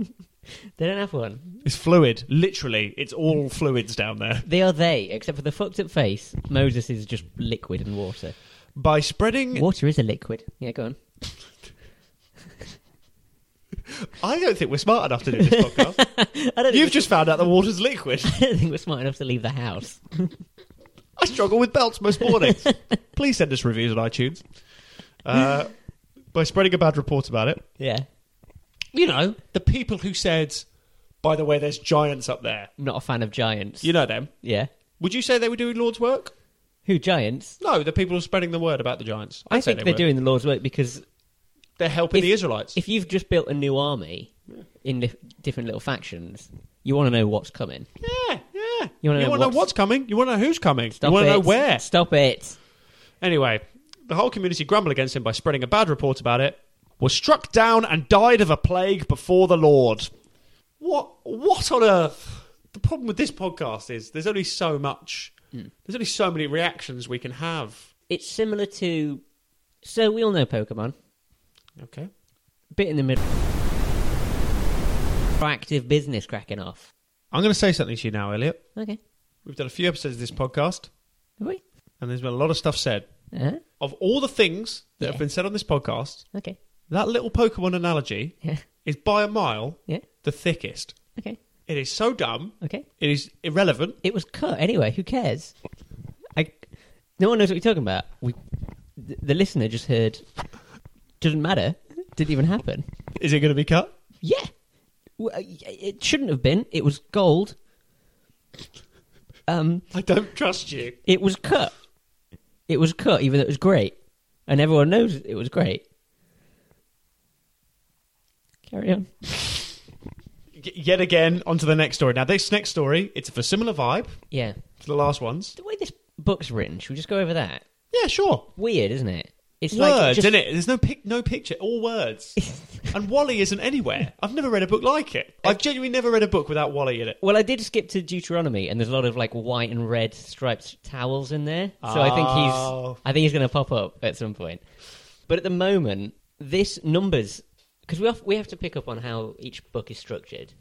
Speaker 1: They don't have one.
Speaker 2: it's fluid, literally. It's all fluids down there.
Speaker 1: They are they, except for the fucked up face. Moses is just liquid and water.
Speaker 2: By spreading,
Speaker 1: Water is a liquid. Yeah, go on.
Speaker 2: I don't think we're smart enough to do this podcast.
Speaker 1: I don't,
Speaker 2: You've
Speaker 1: think,
Speaker 2: just found out the water's liquid.
Speaker 1: I don't think we're smart enough to leave the house.
Speaker 2: I struggle with belts most mornings. Please send us reviews on iTunes. Uh, by spreading a bad report about it,
Speaker 1: Yeah.
Speaker 2: you know, the people who said, by the way, there's giants up there.
Speaker 1: Not a fan of giants.
Speaker 2: You know them.
Speaker 1: yeah.
Speaker 2: Would you say they were doing Lord's work?
Speaker 1: Who, giants?
Speaker 2: No, the people who are spreading the word about the giants. I'd
Speaker 1: I
Speaker 2: say
Speaker 1: think
Speaker 2: they
Speaker 1: they're
Speaker 2: were.
Speaker 1: doing the Lord's work because
Speaker 2: They're helping
Speaker 1: If-
Speaker 2: the Israelites.
Speaker 1: if you've just built a new army in dif- different little factions, you want to know what's coming.
Speaker 2: yeah,
Speaker 1: You
Speaker 2: yeah. You
Speaker 1: wanna
Speaker 2: want
Speaker 1: know
Speaker 2: to know
Speaker 1: what's-
Speaker 2: what's coming? You want to know who's coming?
Speaker 1: Stop
Speaker 2: you want
Speaker 1: it.
Speaker 2: to know where?
Speaker 1: Stop it.
Speaker 2: Anyway, the whole community grumbled against him by spreading a bad report about it. Was struck down and died of a plague before the Lord. What? What on earth? The problem with this podcast is there's only so much. There's only so many reactions we can have.
Speaker 1: It's similar to. So we all know Pokemon.
Speaker 2: Okay.
Speaker 1: Bit in the middle. proactive business cracking off.
Speaker 2: I'm going to say something to you now, Elliot.
Speaker 1: Okay.
Speaker 2: We've done a few episodes of this podcast,
Speaker 1: Have we?
Speaker 2: and there's been a lot of stuff said.
Speaker 1: Uh-huh.
Speaker 2: Of all the things that
Speaker 1: Yeah.
Speaker 2: have been said on this podcast,
Speaker 1: Okay.
Speaker 2: that little Pokemon analogy
Speaker 1: Yeah.
Speaker 2: is by a mile
Speaker 1: Yeah.
Speaker 2: the thickest.
Speaker 1: Okay.
Speaker 2: It is so dumb.
Speaker 1: Okay.
Speaker 2: It is irrelevant.
Speaker 1: It was cut anyway. Who cares? I. No one knows what you're talking about. We, the, the listener just heard. Doesn't matter. Didn't even happen.
Speaker 2: Is it going to be cut?
Speaker 1: Yeah. Well, uh, It shouldn't have been. It was gold. Um,
Speaker 2: I don't trust you.
Speaker 1: it was cut. It was cut, even though it was great, and everyone knows it was great. Carry on.
Speaker 2: Y- yet again, on to the next story. Now, this next story, it's of a similar vibe
Speaker 1: Yeah.
Speaker 2: to the last ones.
Speaker 1: The way this book's written, should we just go over that?
Speaker 2: Yeah, sure.
Speaker 1: Weird, isn't it? It's
Speaker 2: words,
Speaker 1: like just,
Speaker 2: isn't it? There's no pic- no picture, all words. and Wally isn't anywhere. I've never read a book like it. I've genuinely never read a book without Wally in it.
Speaker 1: Well, I did skip to Deuteronomy, and there's a lot of like white and red striped towels in there. So I think
Speaker 2: Oh.
Speaker 1: he's, I think he's going to pop up at some point. But at the moment, this numbers because we have, we have to pick up on how each book is structured.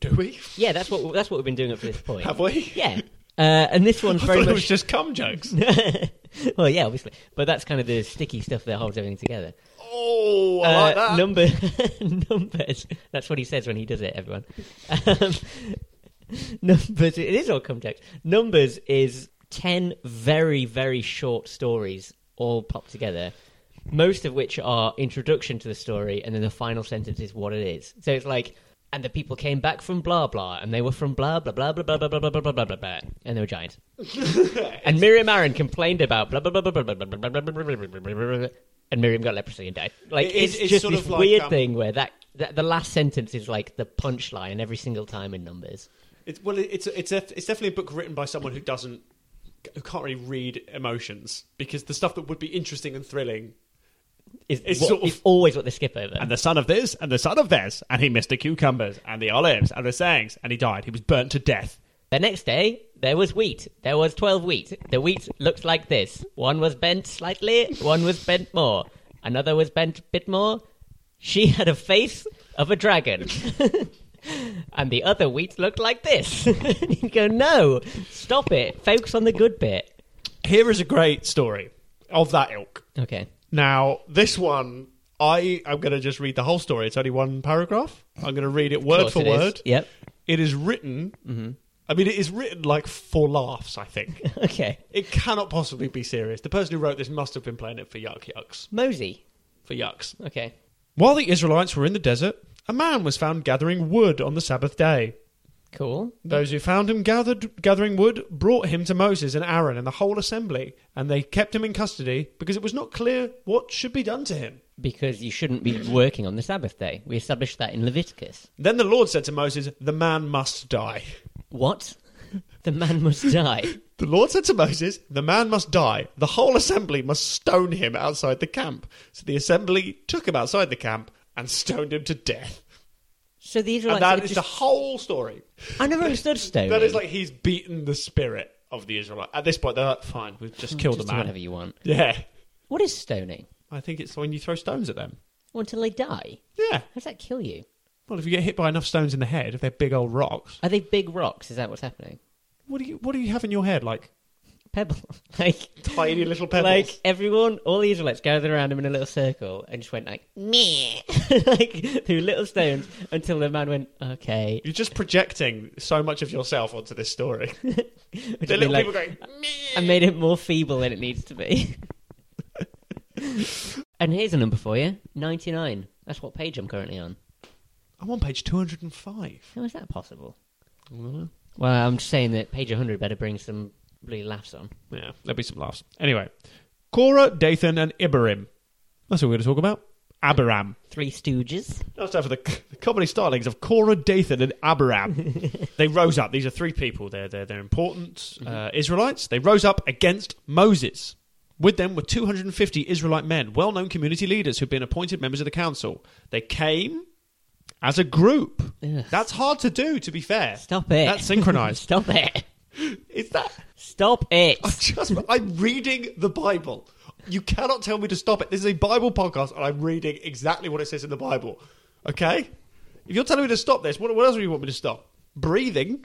Speaker 2: Do we?
Speaker 1: Yeah, that's what that's what we've been doing up to this point.
Speaker 2: Have we?
Speaker 1: Yeah, uh, and this one's
Speaker 2: I
Speaker 1: very
Speaker 2: thought it
Speaker 1: much
Speaker 2: was just cum jokes.
Speaker 1: well, yeah, obviously, but that's kind of the sticky stuff that holds everything together.
Speaker 2: oh, I like
Speaker 1: Uh,
Speaker 2: that.
Speaker 1: Number numbers. That's what he says when he does it. Everyone. Um, numbers. It is all context. Numbers is ten very very short stories all popped together. Most of which are introduction to the story, and then the final sentence is what it is. So it's like, and the people came back from blah blah, and they were from blah blah blah blah blah blah blah blah blah blah blah blah, blah, and they were giants. and Miriam Aaron complained about blah blah blah blah blah blah blah blah blah blah blah blah blah, blah, and Miriam got leprosy and died. Like
Speaker 2: It is-
Speaker 1: it's,
Speaker 2: it's
Speaker 1: just
Speaker 2: sort
Speaker 1: this
Speaker 2: of like,
Speaker 1: weird
Speaker 2: um,
Speaker 1: thing where that, that the last sentence is like the punchline, and every single time in numbers.
Speaker 2: It's, well, it's it's a, it's definitely a book written by someone who doesn't who can't really read emotions because the stuff that would be interesting and thrilling.
Speaker 1: Is,
Speaker 2: It's
Speaker 1: what,
Speaker 2: sort of-
Speaker 1: is always what they skip over.
Speaker 2: And the son of this, and the son of this, and he missed the cucumbers, and the olives, and the sayings, and he died. He was burnt to death.
Speaker 1: The next day, there was wheat. There was 12 wheat. The wheat looked like this. One was bent slightly, one was bent more. Another was bent a bit more. She had a face of a dragon. and the other wheat looked like this. you go, no, stop it. Focus on the good bit.
Speaker 2: Here is a great story of that ilk.
Speaker 1: Okay.
Speaker 2: Now, this one, I am going to just read the whole story. It's only one paragraph. I'm going to read it word
Speaker 1: Course
Speaker 2: for
Speaker 1: it is.
Speaker 2: word.
Speaker 1: Yep. Mm-hmm.
Speaker 2: It is written. I mean, it is written like for laughs. I think
Speaker 1: Okay.
Speaker 2: it cannot possibly be serious. The person who wrote this must have been playing it for yuck yucks.
Speaker 1: Mosey.
Speaker 2: For yucks.
Speaker 1: Okay.
Speaker 2: While the Israelites were in the desert, a man was found gathering wood on the Sabbath day.
Speaker 1: Cool.
Speaker 2: Those who found him gathered gathering wood brought him to Moses and Aaron and the whole assembly, and they kept him in custody because it was not clear what should be done to him.
Speaker 1: Because you shouldn't be working on the Sabbath day. We established that in Leviticus.
Speaker 2: Then the Lord said to Moses, The man must die.
Speaker 1: What? The man must die.
Speaker 2: The Lord said to Moses, The man must die. The whole assembly must stone him outside the camp. So the assembly took him outside the camp and stoned him to death.
Speaker 1: So the
Speaker 2: And
Speaker 1: Israelites.
Speaker 2: that
Speaker 1: are
Speaker 2: is
Speaker 1: just-
Speaker 2: the whole story.
Speaker 1: I never understood stoning.
Speaker 2: That is like he's beaten the spirit of the Israelite. At this point, they're like, Fine, we've just killed
Speaker 1: Just
Speaker 2: a
Speaker 1: do whatever
Speaker 2: man.
Speaker 1: you want.
Speaker 2: Yeah.
Speaker 1: What is stoning?
Speaker 2: I think it's when you throw stones at them.
Speaker 1: Well, until they die.
Speaker 2: Yeah.
Speaker 1: How does that kill you?
Speaker 2: Well, if you get hit by enough stones in the head, if they're big old rocks,
Speaker 1: Are they big rocks? Is that what's happening?
Speaker 2: what do you what do you have in your head? Like
Speaker 1: Pebble, like,
Speaker 2: tiny little pebbles.
Speaker 1: like everyone, all the Israelites gathered around him in a little circle and just went like meh, like through little stones until the man went okay.
Speaker 2: You're just projecting so much of yourself onto this story.
Speaker 1: Which
Speaker 2: the
Speaker 1: would be
Speaker 2: little
Speaker 1: like,
Speaker 2: people going.
Speaker 1: I made it more feeble than it needs to be. and here's a number for you: ninety-nine. That's what page I'm currently on.
Speaker 2: I'm on page 205.
Speaker 1: How is that possible? Well, I'm just saying that page 100 better bring some really laughs on.
Speaker 2: Yeah, there'll be some laughs. Anyway, Cora, Dathan, and Ibarim. That's what we're going to talk about. Abiram.
Speaker 1: Three Stooges.
Speaker 2: Now it's time for the, the comedy starlings of Cora, Dathan, and Abiram. they rose up. These are three people. They're, they're, they're important
Speaker 1: Mm-hmm.
Speaker 2: uh, Israelites. They rose up against Moses. With them were 250 Israelite men, well known community leaders who'd been appointed members of the council. They came as a group.
Speaker 1: Ugh.
Speaker 2: That's hard to do, to be fair.
Speaker 1: Stop it.
Speaker 2: That's synchronized. Oh,
Speaker 1: Stop it.
Speaker 2: Is that.
Speaker 1: Stop it.
Speaker 2: I just, I'm reading the Bible. You cannot tell me to stop it. This is a Bible podcast, and I'm reading exactly what it says in the Bible. Okay? If you're telling me to stop this, what, what else do you want me to stop? Breathing.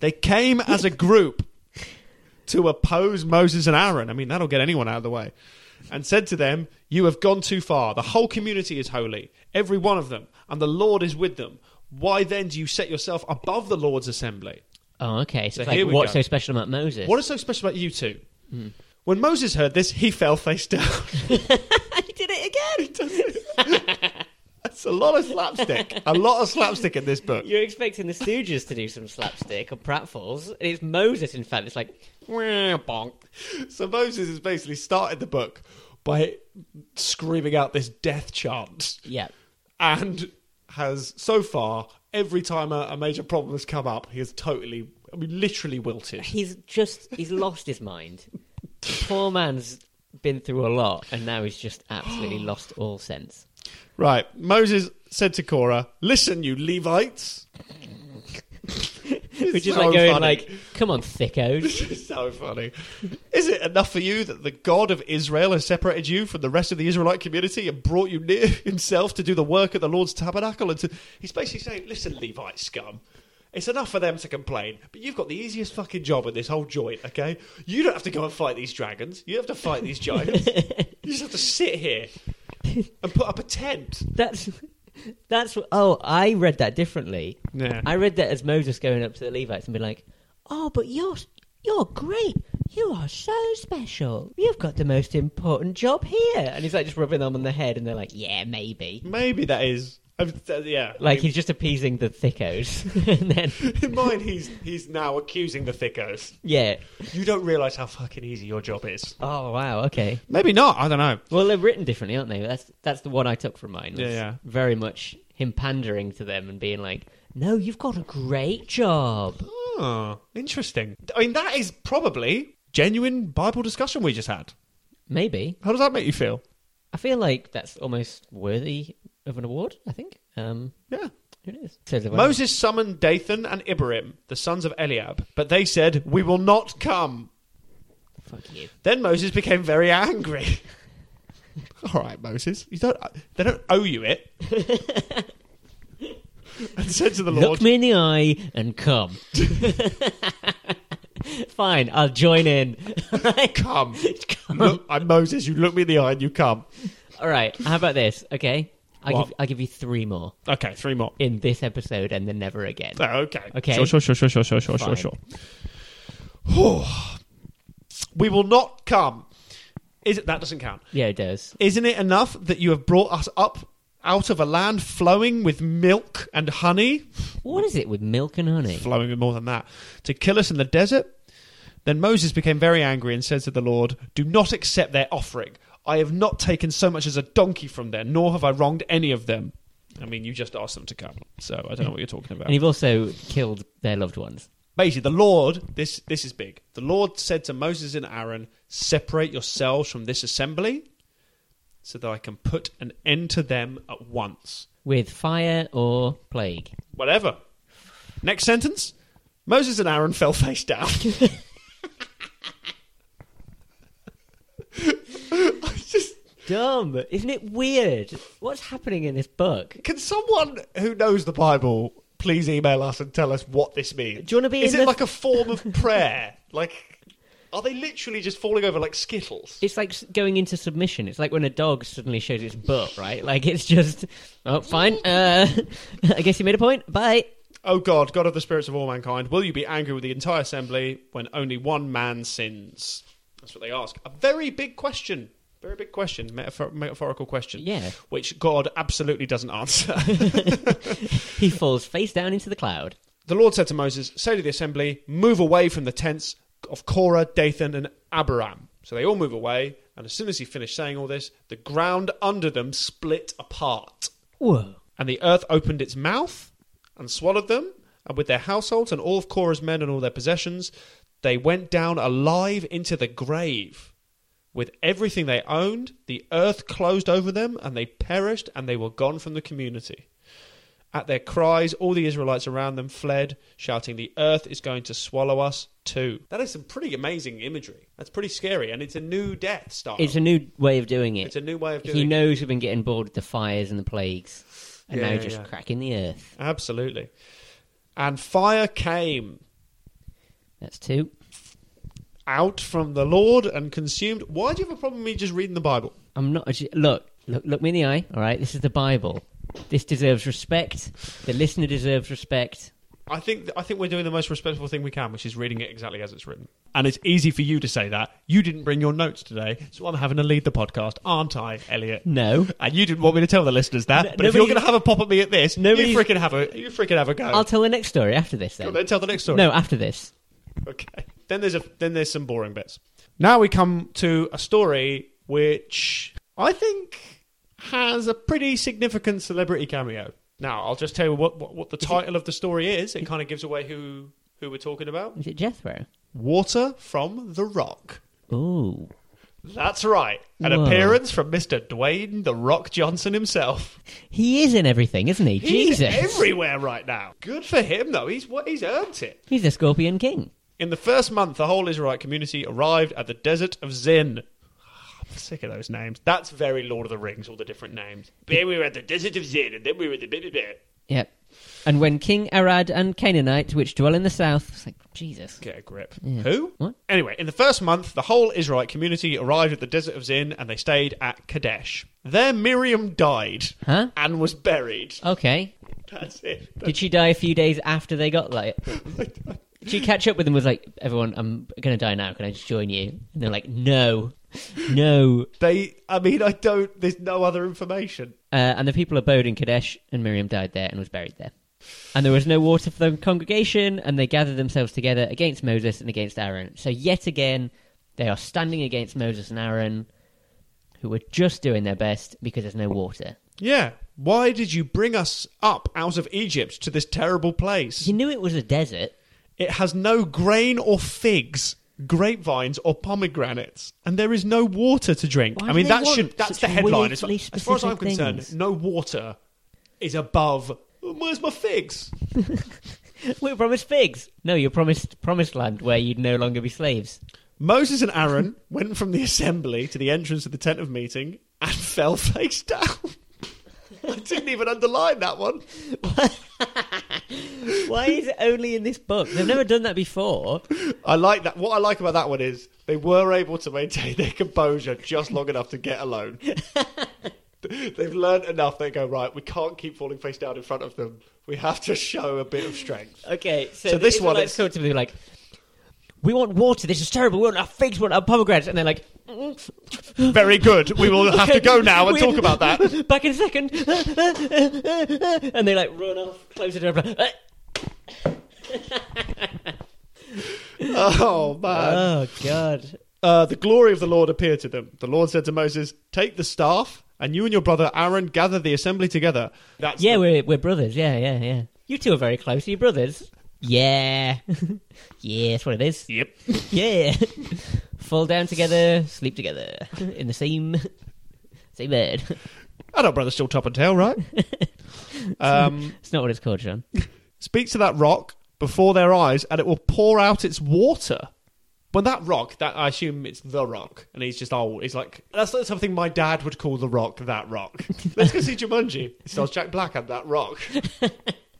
Speaker 2: They came as a group to oppose Moses and Aaron. I mean, that'll get anyone out of the way. And said to them, You have gone too far. The whole community is holy, every one of them, and the Lord is with them. Why then do you set yourself above the Lord's assembly?
Speaker 1: Oh, okay. So,
Speaker 2: So
Speaker 1: it's
Speaker 2: here
Speaker 1: like,
Speaker 2: we
Speaker 1: what's
Speaker 2: go.
Speaker 1: so special about Moses?
Speaker 2: What is so special about you two?
Speaker 1: Hmm.
Speaker 2: When Moses heard this, he fell face down.
Speaker 3: I did it again.
Speaker 2: That's a lot of slapstick. a lot of slapstick in this book.
Speaker 1: You're expecting the Stooges to do some slapstick or pratfalls, and it's Moses. In fact, it's like
Speaker 2: Wah, bonk. So Moses has basically started the book by screaming out this death chant
Speaker 1: yeah,
Speaker 2: and has so far every time a, a major problem has come up he has totally i mean literally wilted
Speaker 1: he's just he's lost his mind. Poor man's been through a lot, and now he's just absolutely lost all sense.
Speaker 2: right moses said to cora listen you levites
Speaker 1: Which is
Speaker 2: So
Speaker 1: like going
Speaker 2: funny.
Speaker 1: like, "Come on, thickos."
Speaker 2: It's so funny. Is it enough for you that the God of Israel has separated you from the rest of the Israelite community and brought you near himself to do the work at the Lord's tabernacle? And to... he's basically saying, listen, Levite scum. It's enough for them to complain, but you've got the easiest fucking job in this whole joint, okay? You don't have to go and fight these dragons. You don't have to fight these giants. you just have to sit here and put up a tent.
Speaker 1: That's that's what- oh, I read that differently.
Speaker 2: Yeah.
Speaker 1: I read that as Moses going up to the Levites and be like, "Oh, but you're you're great. You are so special. You've got the most important job here." And he's like just rubbing them on the head, and they're like, "Yeah, maybe."
Speaker 2: Maybe that is. I've- yeah.
Speaker 1: Like he's just appeasing the thickos, and then
Speaker 2: in mind, he's, he's now accusing the thickos.
Speaker 1: yeah.
Speaker 2: You don't realise how fucking easy your job is.
Speaker 1: Oh wow, okay.
Speaker 2: Maybe not. I don't know.
Speaker 1: Well, they're written differently, aren't they? That's that's the one I took from mine. was
Speaker 2: Yeah, yeah.
Speaker 1: Very much him pandering to them and being like, "No, you've got a great job."
Speaker 2: Oh, interesting. I mean, that is probably genuine Bible discussion we just had.
Speaker 1: Maybe
Speaker 2: How does that make you feel?
Speaker 1: I feel like that's almost worthy of an award. I think. Um,
Speaker 2: Yeah.
Speaker 1: it is. So the-
Speaker 2: Moses summoned Dathan and Ibrahim, the sons of Eliab, but they said, "We will not come."
Speaker 1: Fuck you.
Speaker 2: Then Moses became very angry. All right, Moses, you don't. They don't owe you it. and said to the
Speaker 1: Look
Speaker 2: Lord,
Speaker 1: me in the eye and come. Fine, I'll join in.
Speaker 2: "Come,
Speaker 1: Come.
Speaker 2: look, I'm Moses. You look me in the eye and you come."
Speaker 1: All right. How about this? Okay, I
Speaker 2: What?
Speaker 1: give I give you three more
Speaker 2: Okay, three more.
Speaker 1: in this episode and then never again.
Speaker 2: Oh, okay.
Speaker 1: Okay.
Speaker 2: Sure, sure, sure, sure, sure, sure, sure,
Speaker 1: Fine.
Speaker 2: sure, sure. we will not come. Is it that doesn't count?
Speaker 1: Yeah, it does.
Speaker 2: Isn't it enough that you have brought us up out of a land flowing with milk and honey?
Speaker 1: What is it with milk and honey?
Speaker 2: Flowing with more than that. To kill us in the desert? Then Moses became very angry and said to the Lord, Do not accept their offering. I have not taken so much as a donkey from there, nor have I wronged any of them. I mean, you just asked them to come, so I don't know what you're talking about.
Speaker 1: And you've also killed their loved ones.
Speaker 2: basically the lord this this is big the lord said to moses and aaron separate yourselves from this assembly so that i can put an end to them at once
Speaker 1: With fire or plague.
Speaker 2: whatever next sentence moses and aaron fell face down I just
Speaker 1: Dumb. Isn't it weird? What's happening in this book?
Speaker 2: can someone who knows the bible please email us and tell us what this means
Speaker 1: Do you wanna be
Speaker 2: is
Speaker 1: in
Speaker 2: it
Speaker 1: the-
Speaker 2: like a form of prayer like are they literally just falling over like skittles
Speaker 1: It's like s- going into submission. It's like when a dog suddenly shows its butt, right? Like it's just, oh, fine. Uh, I guess you made a point. Bye.
Speaker 2: O Oh God, God of the spirits of all mankind, will you be angry with the entire assembly when only one man sins? That's what they ask. A very big question. Very big question, metaphor- metaphorical question.
Speaker 1: Yeah.
Speaker 2: Which God absolutely doesn't answer.
Speaker 1: He falls face down into the cloud.
Speaker 2: the Lord said to Moses, Say to the assembly, move away from the tents of Korah, Dathan, and Abiram. So they all move away, and as soon as he finished saying all this, the ground under them split apart.
Speaker 1: Whoa.
Speaker 2: And the earth opened its mouth and swallowed them, and with their households and all of Korah's men and all their possessions, they went down alive into the grave. With everything they owned, the earth closed over them, and they perished, and they were gone from the community. At their cries, all the Israelites around them fled, shouting, The earth is going to swallow us too. That is some pretty amazing imagery. That's pretty scary, and it's a new death style.
Speaker 1: It's a new way of doing it.
Speaker 2: It's a new way of doing
Speaker 1: he
Speaker 2: it.
Speaker 1: knows we've been getting bored with the fires and the plagues. and
Speaker 2: Yeah,
Speaker 1: now
Speaker 2: yeah,
Speaker 1: just
Speaker 2: yeah.
Speaker 1: cracking the earth.
Speaker 2: Absolutely. And fire came
Speaker 1: That's two.
Speaker 2: out from the Lord and consumed. Why do you have a problem with me just reading the Bible?
Speaker 1: I'm not. actually- Look, look, look me in the eye. All right, this is the Bible. This deserves respect. The listener deserves respect.
Speaker 2: I think I think we're doing the most respectful thing we can, which is reading it exactly as it's written. And it's easy for you to say that. You didn't bring your notes today, so I'm having to lead the podcast, aren't I, Elliot?
Speaker 1: No,
Speaker 2: And you didn't want me to tell the listeners that.
Speaker 1: No-
Speaker 2: but if you're
Speaker 1: nobody-
Speaker 2: going to have a pop at me at this,
Speaker 1: Nobody's-
Speaker 2: you freaking have a you freaking have a go.
Speaker 1: I'll tell the next story after this. Then
Speaker 2: Then tell the next story.
Speaker 1: no, after this.
Speaker 2: Okay. Then there's a then there's some boring bits. Now we come to a story which I think has a pretty significant celebrity cameo. Now I'll just tell you what what, what the title of the story is. It kind of gives away who who we're talking about.
Speaker 1: Is it Jethro?
Speaker 2: Water from the Rock.
Speaker 1: Ooh,
Speaker 2: That's right. An
Speaker 1: Whoa.
Speaker 2: appearance from Mr. Dwayne the Rock Johnson himself.
Speaker 1: he is in everything, isn't he?
Speaker 2: He's
Speaker 1: Jesus,
Speaker 2: everywhere right now. Good for him though. He's what he's earned it.
Speaker 1: he's the Scorpion King.
Speaker 2: In the first month, the whole Israelite community arrived at the desert of Zin. Ah, I'm sick of those names. That's very Lord of the Rings, all the different names. Then we were at the desert of Zin, and then we were at the bit bit.
Speaker 1: Yep. And when King Arad and Canaanite, which dwell in the south, it's like Jesus.
Speaker 2: Get a grip.
Speaker 1: Yeah.
Speaker 2: Who?
Speaker 1: What?
Speaker 2: Anyway, in the first month, the whole Israelite community arrived at the desert of Zin, and they stayed at Kadesh. There, Miriam died
Speaker 1: Huh?
Speaker 2: and was buried.
Speaker 1: Okay.
Speaker 2: That's it.
Speaker 1: Did she die a few days after they got like? Did she catch up with them? and Was like, everyone, I'm gonna die now. Can I just join you? And they're like, no, no.
Speaker 2: They, I mean, I don't. There's no other information.
Speaker 1: Uh, and the people abode in Kadesh, and Miriam died there and was buried there. And there was no water for the congregation, and they gathered themselves together against Moses and against Aaron. So yet again, they are standing against Moses and Aaron, who were just doing their best because there's no water.
Speaker 2: Yeah. Why did you bring us up out of Egypt to this terrible place?
Speaker 1: You knew it was a desert.
Speaker 2: It has no grain or figs, grapevines or pomegranates, and there is no water to drink.
Speaker 1: Why
Speaker 2: I
Speaker 1: do
Speaker 2: mean,
Speaker 1: they
Speaker 2: that
Speaker 1: want
Speaker 2: should that's
Speaker 1: such
Speaker 2: the headline. As far,
Speaker 1: weirdly
Speaker 2: as far as I'm
Speaker 1: specific
Speaker 2: concerned,
Speaker 1: things?
Speaker 2: no water is above. "Oh, Where's my figs?
Speaker 1: We were promised figs. No, you're promised promised land where you'd no longer be slaves.
Speaker 2: Moses and Aaron went from the assembly to the entrance of the tent of meeting and fell face down. I didn't even underline that one.
Speaker 1: Why is it only in this book? They've never done that before.
Speaker 2: I like that. What I like about that one is they were able to maintain their composure just long enough to get alone. They've learned enough. They go right. We can't keep falling face down in front of them. We have to show a bit of strength.
Speaker 1: Okay, so,
Speaker 2: So
Speaker 1: the
Speaker 2: this one
Speaker 1: Israelites
Speaker 2: is-
Speaker 1: come to me like, "We want water. This is terrible. We want our figs. We want our pomegranates." And they're like, "Mm,
Speaker 2: Very good. We will have to go now and
Speaker 1: we-
Speaker 2: talk about that.
Speaker 1: "Back in a second. and they like run off, close the door. blah, eh.
Speaker 2: Oh man.
Speaker 1: Oh God!
Speaker 2: Uh, the glory of the Lord appeared to them. The Lord said to Moses, "Take the staff, and you and your brother Aaron gather the assembly together." That's
Speaker 1: Yeah,
Speaker 2: the-
Speaker 1: we're we're brothers. Yeah, yeah, yeah. You two are very close. Are you brothers? Yeah, yeah. That's what it is.
Speaker 2: yep.
Speaker 1: Yeah. Fall down together, sleep together in the same same bed.
Speaker 2: And our brother's still top and tail, right? um,
Speaker 1: It's not what it's called, John.
Speaker 2: speak to that rock before their eyes and it will pour out its water but that rock that i assume it's the rock and he's just old he's like that's not something my dad would call the rock that rock let's go see jumanji it stars jack black and that rock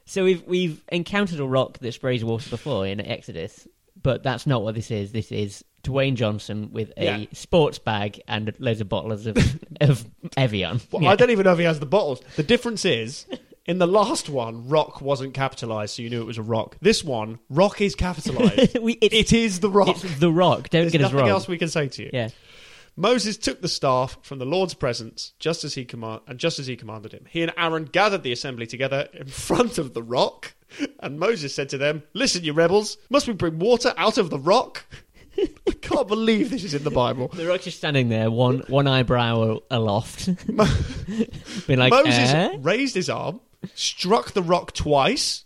Speaker 1: So we've we've encountered a rock that sprays water before in Exodus, but that's not what this is. This is Dwayne Johnson with a
Speaker 2: Yeah.
Speaker 1: sports bag and loads of bottles of of Evian.
Speaker 2: well,
Speaker 1: Yeah.
Speaker 2: i don't even know if he has the bottles the difference is in the last one rock wasn't capitalized so you knew it was a rock this one rock is capitalized
Speaker 1: we, it's,
Speaker 2: it is the rock
Speaker 1: it's the rock. Don't
Speaker 2: there's
Speaker 1: get us
Speaker 2: nothing
Speaker 1: wrong.
Speaker 2: else we can say to you
Speaker 1: Yeah.
Speaker 2: Moses took the staff from the Lord's presence, just as he command- and just as he commanded him. He and Aaron gathered the assembly together in front of the rock, and Moses said to them, "Listen, you rebels, must we bring water out of the rock?" I can't believe this is in the Bible.
Speaker 1: The rock's just standing there, one one eyebrow aloft, being like,
Speaker 2: Moses
Speaker 1: "Eh?"
Speaker 2: raised his arm, struck the rock twice.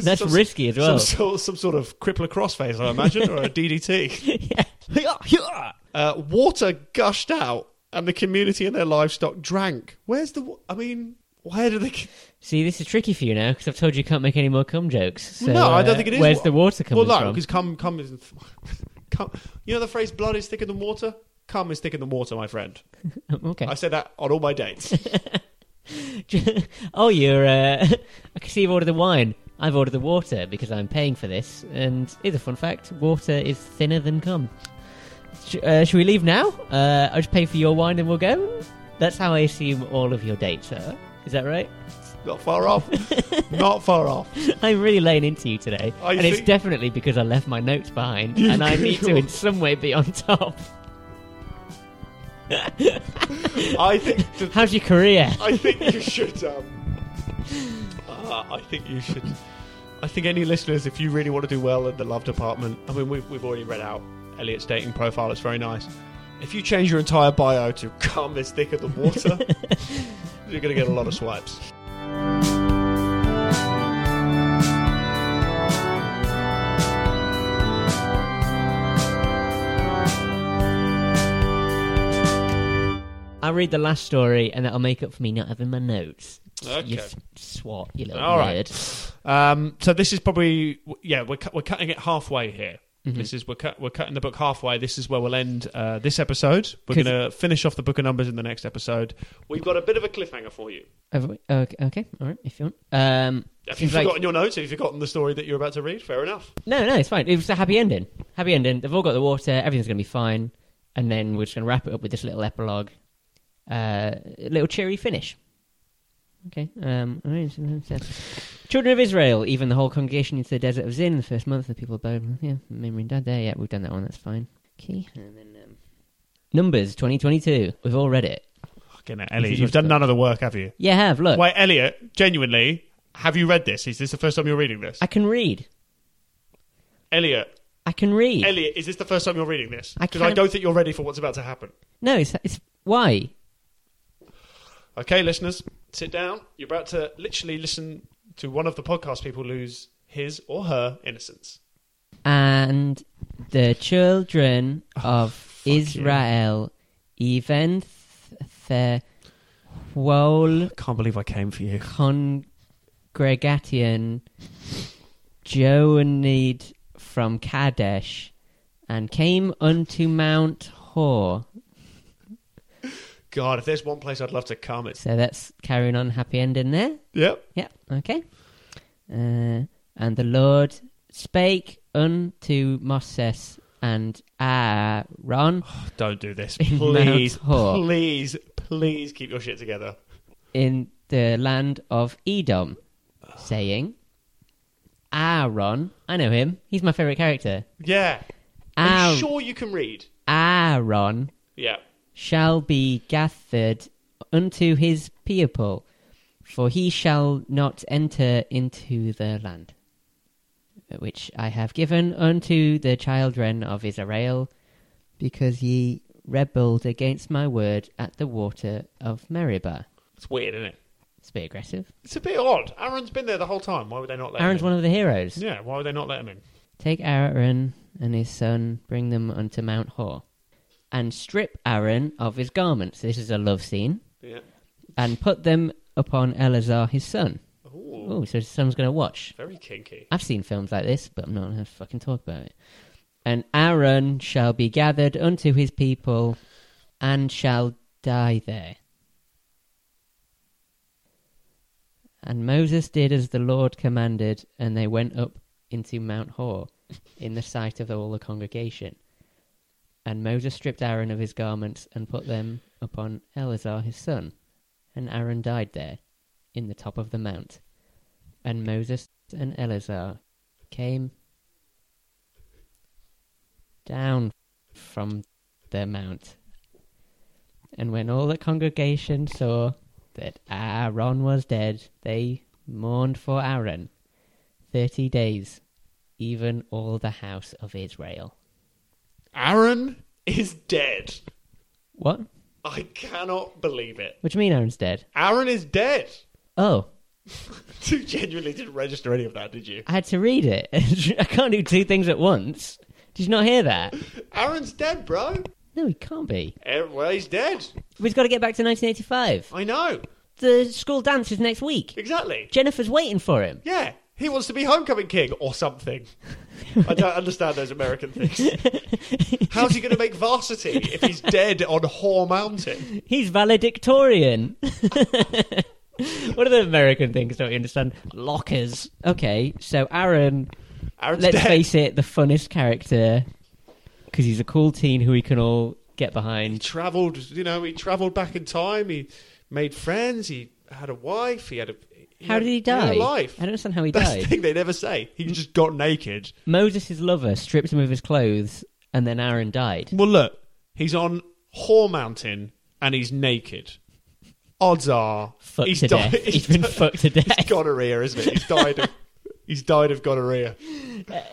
Speaker 1: "That's
Speaker 2: Some-
Speaker 1: risky as well."
Speaker 2: Some, sort, some sort of crippler crossface, I imagine, or a DDT.
Speaker 1: Yeah.
Speaker 2: Uh, water gushed out, and the community and their livestock drank. Where's the? wa- I mean, where do they?
Speaker 1: See, this is tricky for you now because I've told you you can't make any more cum jokes. So,
Speaker 2: no, I
Speaker 1: uh,
Speaker 2: don't think it is.
Speaker 1: Where's
Speaker 2: wa-
Speaker 1: the water coming
Speaker 2: Well, no,
Speaker 1: from?
Speaker 2: because cum, cum is, cum. You know the phrase "blood is thicker than water." Cum is thicker than water, my friend.
Speaker 1: okay.
Speaker 2: I said that on all my dates.
Speaker 1: oh, you're. Uh, I can see you've ordered the wine. I've ordered the water because I'm paying for this. And here's a fun fact water is thinner than cum. Sh- uh, should we leave now? Uh, I'll just pay for your wine and we'll go. That's how I assume all of your dates are. Is that right?
Speaker 2: Not far off. Not far off.
Speaker 1: I'm really laying into you today.
Speaker 2: I
Speaker 1: and it's
Speaker 2: see.
Speaker 1: definitely because I left my notes behind
Speaker 2: You
Speaker 1: and I need to, in
Speaker 2: could-
Speaker 1: some way, be on top.
Speaker 2: I think. th-
Speaker 1: How's your career?
Speaker 2: I think you should. Um, uh, I think you should. I think any listeners, if you really want to do well in the love department, I mean, we've, we've already read out Elliot's dating profile. It's very nice. If you change your entire bio to "cum is thicker than water," you're going to get a lot of swipes.
Speaker 1: I'll read the last story and that'll make up for me not having my notes. You
Speaker 2: Okay.
Speaker 1: f- swat, you little
Speaker 2: All right.
Speaker 1: nerd.
Speaker 2: Um, so this is probably yeah we're cut we're cutting it halfway here.
Speaker 1: Mm-hmm.
Speaker 2: This is we're cut, we're cutting the book halfway. This is where we'll end uh, this episode. We're
Speaker 1: 'Cause-
Speaker 2: going to finish off the book of numbers in the next episode. We've got a bit of a cliffhanger for you.
Speaker 1: Have we- Oh, Okay, okay, all right, if you want. Um,
Speaker 2: Have you
Speaker 1: seems like-
Speaker 2: forgotten your notes? Have you forgotten the story that you're about to read? Fair enough.
Speaker 1: No, no, it's fine. It was a happy ending. Happy ending. They've all got the water. Everything's going to be fine. And then we're just going to wrap it up with this little epilogue. Uh, a little cheery finish. Okay. Um, all right, so- so- Children of Israel, even the whole congregation into the desert of Zin, the first month, the people bowed. Yeah, memory and dad there. Yeah, we've done that one. That's fine. Okay. And then um, Numbers 2022. We've all read it.
Speaker 2: Fucking hell,
Speaker 1: This
Speaker 2: Elliot,
Speaker 1: is
Speaker 2: you've
Speaker 1: what's
Speaker 2: done
Speaker 1: up.
Speaker 2: none of the work, have you?
Speaker 1: Yeah, I have. Look.
Speaker 2: Wait, Elliot, genuinely, have you read this? Is this the first time you're reading this?
Speaker 1: I can read.
Speaker 2: Elliot,
Speaker 1: I can read.
Speaker 2: Elliot, is this the first time you're reading this?
Speaker 1: I
Speaker 2: Because I
Speaker 1: can't-
Speaker 2: don't think you're ready for what's about to happen.
Speaker 1: no, it's, it's. Why?
Speaker 2: Okay, listeners, sit down. You're about to literally listen to one of the podcast people lose his or her innocence.
Speaker 1: and the children of
Speaker 2: you.
Speaker 1: Israel, even th- the whole
Speaker 2: I can't believe I came for you.
Speaker 1: congregation, journeyed from Kadesh, and came unto Mount Hor.
Speaker 2: God, if there's one place I'd love to come, it's.
Speaker 1: So that's carrying on happy ending there.
Speaker 2: Yep.
Speaker 1: Yep. Okay. Uh, and the Lord spake unto Moses and Aaron
Speaker 2: Don't do this.
Speaker 1: In
Speaker 2: Please,
Speaker 1: Mount Hor.
Speaker 2: please, please keep your shit together.
Speaker 1: in the land of Edom, saying, Aaron, I know him. He's my favorite character.
Speaker 2: Yeah. Are
Speaker 1: Ar-
Speaker 2: you sure you can read?
Speaker 1: Aaron
Speaker 2: Yeah.
Speaker 1: shall be gathered unto his people, for he shall not enter into the land which I have given unto the children of Israel, because ye rebelled against my word at the water of Meribah.
Speaker 2: It's weird, isn't it?
Speaker 1: It's a bit aggressive.
Speaker 2: It's a bit odd. Aaron's been there the whole time. Why would they not let
Speaker 1: Aaron's
Speaker 2: him
Speaker 1: one of the heroes.
Speaker 2: in? Yeah, why would they not let him in?
Speaker 1: Take Aaron and his son, bring them unto Mount Hor, and strip Aaron of his garments. This is a love scene,
Speaker 2: Yeah.
Speaker 1: and put them upon Eleazar his son.
Speaker 2: Ooh,
Speaker 1: Oh, so his son's going to watch.
Speaker 2: very kinky.
Speaker 1: I've seen films like this, but I'm not going to fucking talk about it. And Aaron shall be gathered unto his people, and shall die there. And Moses did as the Lord commanded, and they went up into Mount Hor, in the sight of all the congregation. And Moses stripped Aaron of his garments and put them upon Eleazar his son. And Aaron died there, in the top of the mount. And Moses and Eleazar came down from the mount. And when all the congregation saw that Aaron was dead, they mourned for Aaron thirty days, even all the house of Israel.
Speaker 2: Aaron is dead.
Speaker 1: What?
Speaker 2: I cannot believe it.
Speaker 1: What do you mean Aaron's dead?
Speaker 2: Aaron is dead.
Speaker 1: Oh,
Speaker 2: You genuinely didn't register any of that, did you?
Speaker 1: I had to read it. I can't do two things at once. Did you not hear that?
Speaker 2: Aaron's dead, bro.
Speaker 1: No, he can't be.
Speaker 2: Eh, Well, he's dead.
Speaker 1: We've got to get back to 1985.
Speaker 2: I know.
Speaker 1: The school dance is next week.
Speaker 2: Exactly.
Speaker 1: Jennifer's waiting for him.
Speaker 2: Yeah. He wants to be homecoming king or something. I don't understand those American things. How's he going to make varsity if he's dead on Hoare Mountain?
Speaker 1: He's valedictorian. what are the American things? Don't you understand? Lockers. Okay, so Aaron,
Speaker 2: Aaron's
Speaker 1: let's
Speaker 2: dead.
Speaker 1: face it, the funnest character because he's a cool teen who we can all get
Speaker 2: he
Speaker 1: behind.
Speaker 2: travelled, you know, he travelled back in time. He made friends. He had a wife. He had a. he
Speaker 1: How
Speaker 2: had-
Speaker 1: did he
Speaker 2: he had
Speaker 1: die?
Speaker 2: a life.
Speaker 1: I don't understand how he
Speaker 2: That's
Speaker 1: died.
Speaker 2: the thing they never say. He just got naked.
Speaker 1: Moses' lover stripped him of his clothes, and then Aaron died.
Speaker 2: Well, look, he's on Whore Mountain and he's naked. Odds are
Speaker 1: Fucked
Speaker 2: he's
Speaker 1: to
Speaker 2: di-
Speaker 1: death. he's been
Speaker 2: di-
Speaker 1: fucked to
Speaker 2: It's
Speaker 1: death.
Speaker 2: gonorrhea, isn't it? He's died of he's died of gonorrhea.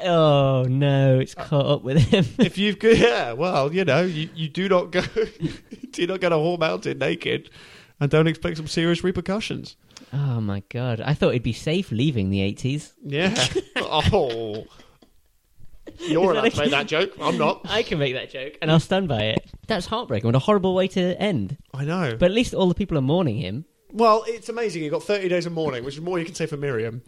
Speaker 1: Oh no, it's caught up with him.
Speaker 2: If you've go- yeah, well, you know, you, you do not go do not go to Whore Mountain naked and don't expect some serious repercussions.
Speaker 1: oh my god, I thought he'd be safe leaving the eighties.
Speaker 2: Yeah. oh.
Speaker 1: Is
Speaker 2: You're allowed
Speaker 1: that
Speaker 2: to make that joke. I'm not.
Speaker 1: I can make that joke, and I'll stand by it. That's heartbreaking. What a horrible way to end.
Speaker 2: I know.
Speaker 1: But at least all the people are mourning him.
Speaker 2: Well, it's amazing. You got 30 days of mourning, which is more you can say for Miriam.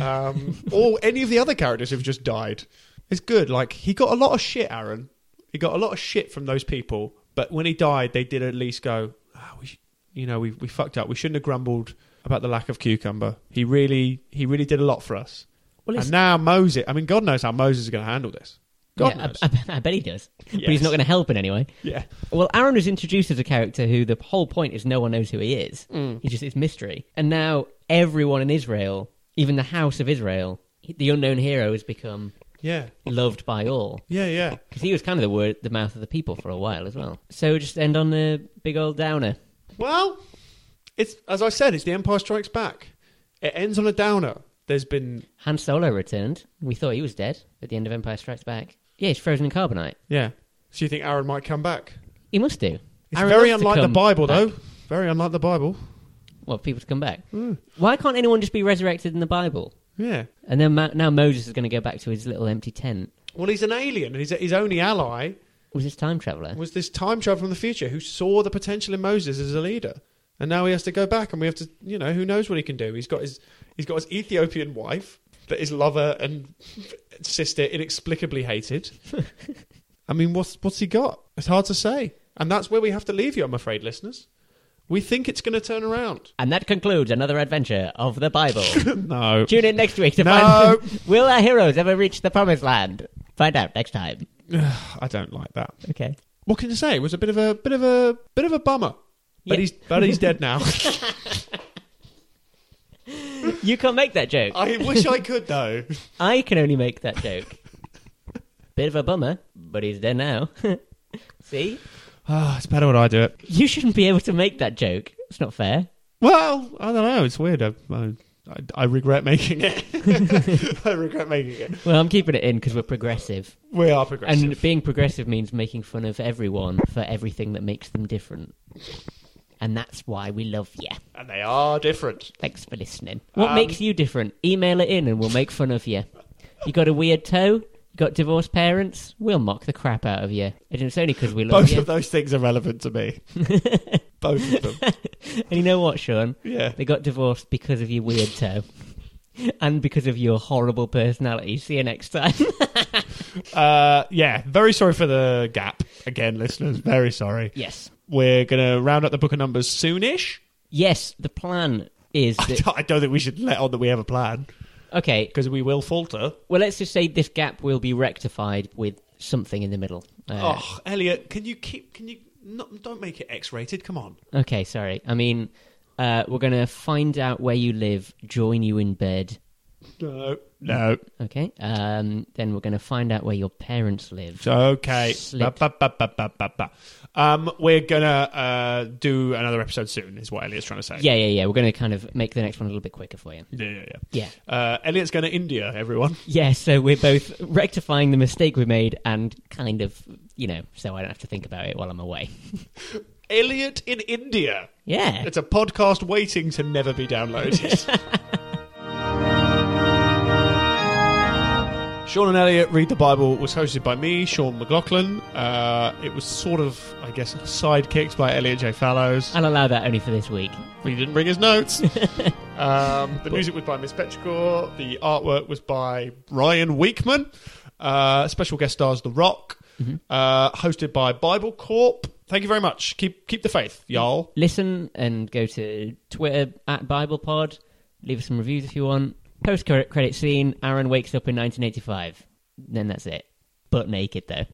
Speaker 2: Um, or any of the other characters who've just died. It's good. Like, he got a lot of shit, Aaron. He got a lot of shit from those people. But when he died, they did at least go, ah, we, sh- you know, we, we fucked up. We shouldn't have grumbled about the lack of cucumber. He really, he really did a lot for us.
Speaker 1: Well, it's,
Speaker 2: and now Moses, I mean, God knows how Moses is going to handle this. God
Speaker 1: yeah,
Speaker 2: knows.
Speaker 1: I, I- I bet he does, but he's
Speaker 2: Yes.
Speaker 1: not going to help in any way.
Speaker 2: yeah.
Speaker 1: Well, Aaron was introduced as a character who the whole point is no one knows who he is. He just it's mystery, and now everyone in Israel, even the House of Israel, the unknown hero has become
Speaker 2: Yeah.
Speaker 1: loved by all.
Speaker 2: Yeah, yeah.
Speaker 1: Because he was kind of the word, the mouth of the people for a while as well. So just end on a big old downer.
Speaker 2: Well, it's as I said, it's The Empire Strikes Back. It ends on a downer. There's been
Speaker 1: Han Solo returned. We thought he was dead at the end of Empire Strikes Back. Yeah, he's frozen in carbonite.
Speaker 2: yeah. So you think Aaron might come back?
Speaker 1: He must do.
Speaker 2: It's
Speaker 1: Aaron
Speaker 2: very
Speaker 1: loves to
Speaker 2: unlike the
Speaker 1: come
Speaker 2: Bible,
Speaker 1: back.
Speaker 2: though. Very unlike the Bible.
Speaker 1: Well, people to come back.
Speaker 2: Hmm.
Speaker 1: Why can't anyone just be resurrected in the Bible?
Speaker 2: Yeah.
Speaker 1: And then Ma- now Moses is going to go back to his little empty tent.
Speaker 2: Well, he's an alien, and his his only ally
Speaker 1: Was this time traveler?
Speaker 2: was this time traveler from the future who saw the potential in Moses as a leader, and now he has to go back, and we have to, you know, who knows what he can do? He's got his he's got his Ethiopian wife that his lover and sister inexplicably hated. I mean, what's what's he got? It's hard to say, and that's where we have to leave you, I'm afraid, listeners. We think it's going to turn around.
Speaker 1: And that concludes another adventure of the Bible.
Speaker 2: no.
Speaker 1: Tune in next week to
Speaker 2: No.
Speaker 1: find will our heroes ever reach the promised land. Find out next time.
Speaker 2: I don't like that.
Speaker 1: Okay.
Speaker 2: What can you say? It was a bit of a bit of a bit of a bummer.
Speaker 1: Yeah.
Speaker 2: But he's but he's dead now.
Speaker 1: You can't make that joke.
Speaker 2: I wish I could though.
Speaker 1: I can only make that joke. Bit of a bummer, but he's there now. See?
Speaker 2: Ah, it's better when I do it.
Speaker 1: You shouldn't be able to make that joke. It's not fair.
Speaker 2: Well, I don't know. It's weird. I, I, I regret making it. I regret making it.
Speaker 1: Well, I'm keeping it in because we're progressive.
Speaker 2: We are progressive.
Speaker 1: And being progressive means making fun of everyone for everything that makes them different. And that's why we love you.
Speaker 2: And they are different.
Speaker 1: Thanks for listening. What
Speaker 2: Um,
Speaker 1: makes you different? Email it in and we'll make fun of you. You got a weird toe? You got divorced parents? We'll mock the crap out of you. And it's only because we love
Speaker 2: Both
Speaker 1: you.
Speaker 2: of those things are relevant to me. Both of them.
Speaker 1: And you know what, Sean?
Speaker 2: Yeah.
Speaker 1: They got divorced because of your weird toe. and because of your horrible personality. See you next time.
Speaker 2: Uh, yeah. Very sorry for the gap again, listeners. Very sorry.
Speaker 1: yes.
Speaker 2: We're gonna round up the book of numbers soonish.
Speaker 1: Yes, the plan is
Speaker 2: I
Speaker 1: that.
Speaker 2: don't- I don't think we should let on that we have a plan
Speaker 1: Okay,
Speaker 2: because we will falter.
Speaker 1: well, let's just say this gap will be rectified with something in the middle. Uh,
Speaker 2: oh, Elliot, can you keep? Can you not? Don't make it X-rated. Come on.
Speaker 1: Okay, sorry. I mean, uh, we're going to find out where you live, join you in bed.
Speaker 2: No. No.
Speaker 1: Okay. Um, then we're going to find out where your parents live.
Speaker 2: Okay. Ba,
Speaker 1: Slipped.
Speaker 2: ba, ba, ba, ba, ba, ba. Um, we're gonna uh, do another episode soon, is what Elliot's trying to say.
Speaker 1: Yeah, yeah, yeah. We're going to kind of make the next one a little bit quicker for you.
Speaker 2: yeah, yeah. yeah.
Speaker 1: Yeah.
Speaker 2: Uh, Elliot's going to India, everyone.
Speaker 1: Yeah, so we're both rectifying the mistake we made and kind of, you know, so I don't have to think about it while I'm away.
Speaker 2: Elliot in India.
Speaker 1: Yeah.
Speaker 2: It's a podcast waiting to never be downloaded. Sean and Elliot Read the Bible was hosted by me, Sean McLaughlin. Uh, it was sort of, I guess, sidekicked by Elliot J. Fallows.
Speaker 1: I'll allow that only for this week.
Speaker 2: He didn't bring his notes. um, the music was by Miss Petrichor. The artwork was by Ryan Weekman. Uh, special guest stars The Rock.
Speaker 1: Mm-hmm.
Speaker 2: Uh, hosted by Bible Corp. Thank you very much. Keep keep the faith, y'all.
Speaker 1: Listen and go to Twitter at BiblePod. Leave us some reviews if you want. Post credit scene Aaron wakes up in 1985. Then that's it. Butt naked, though.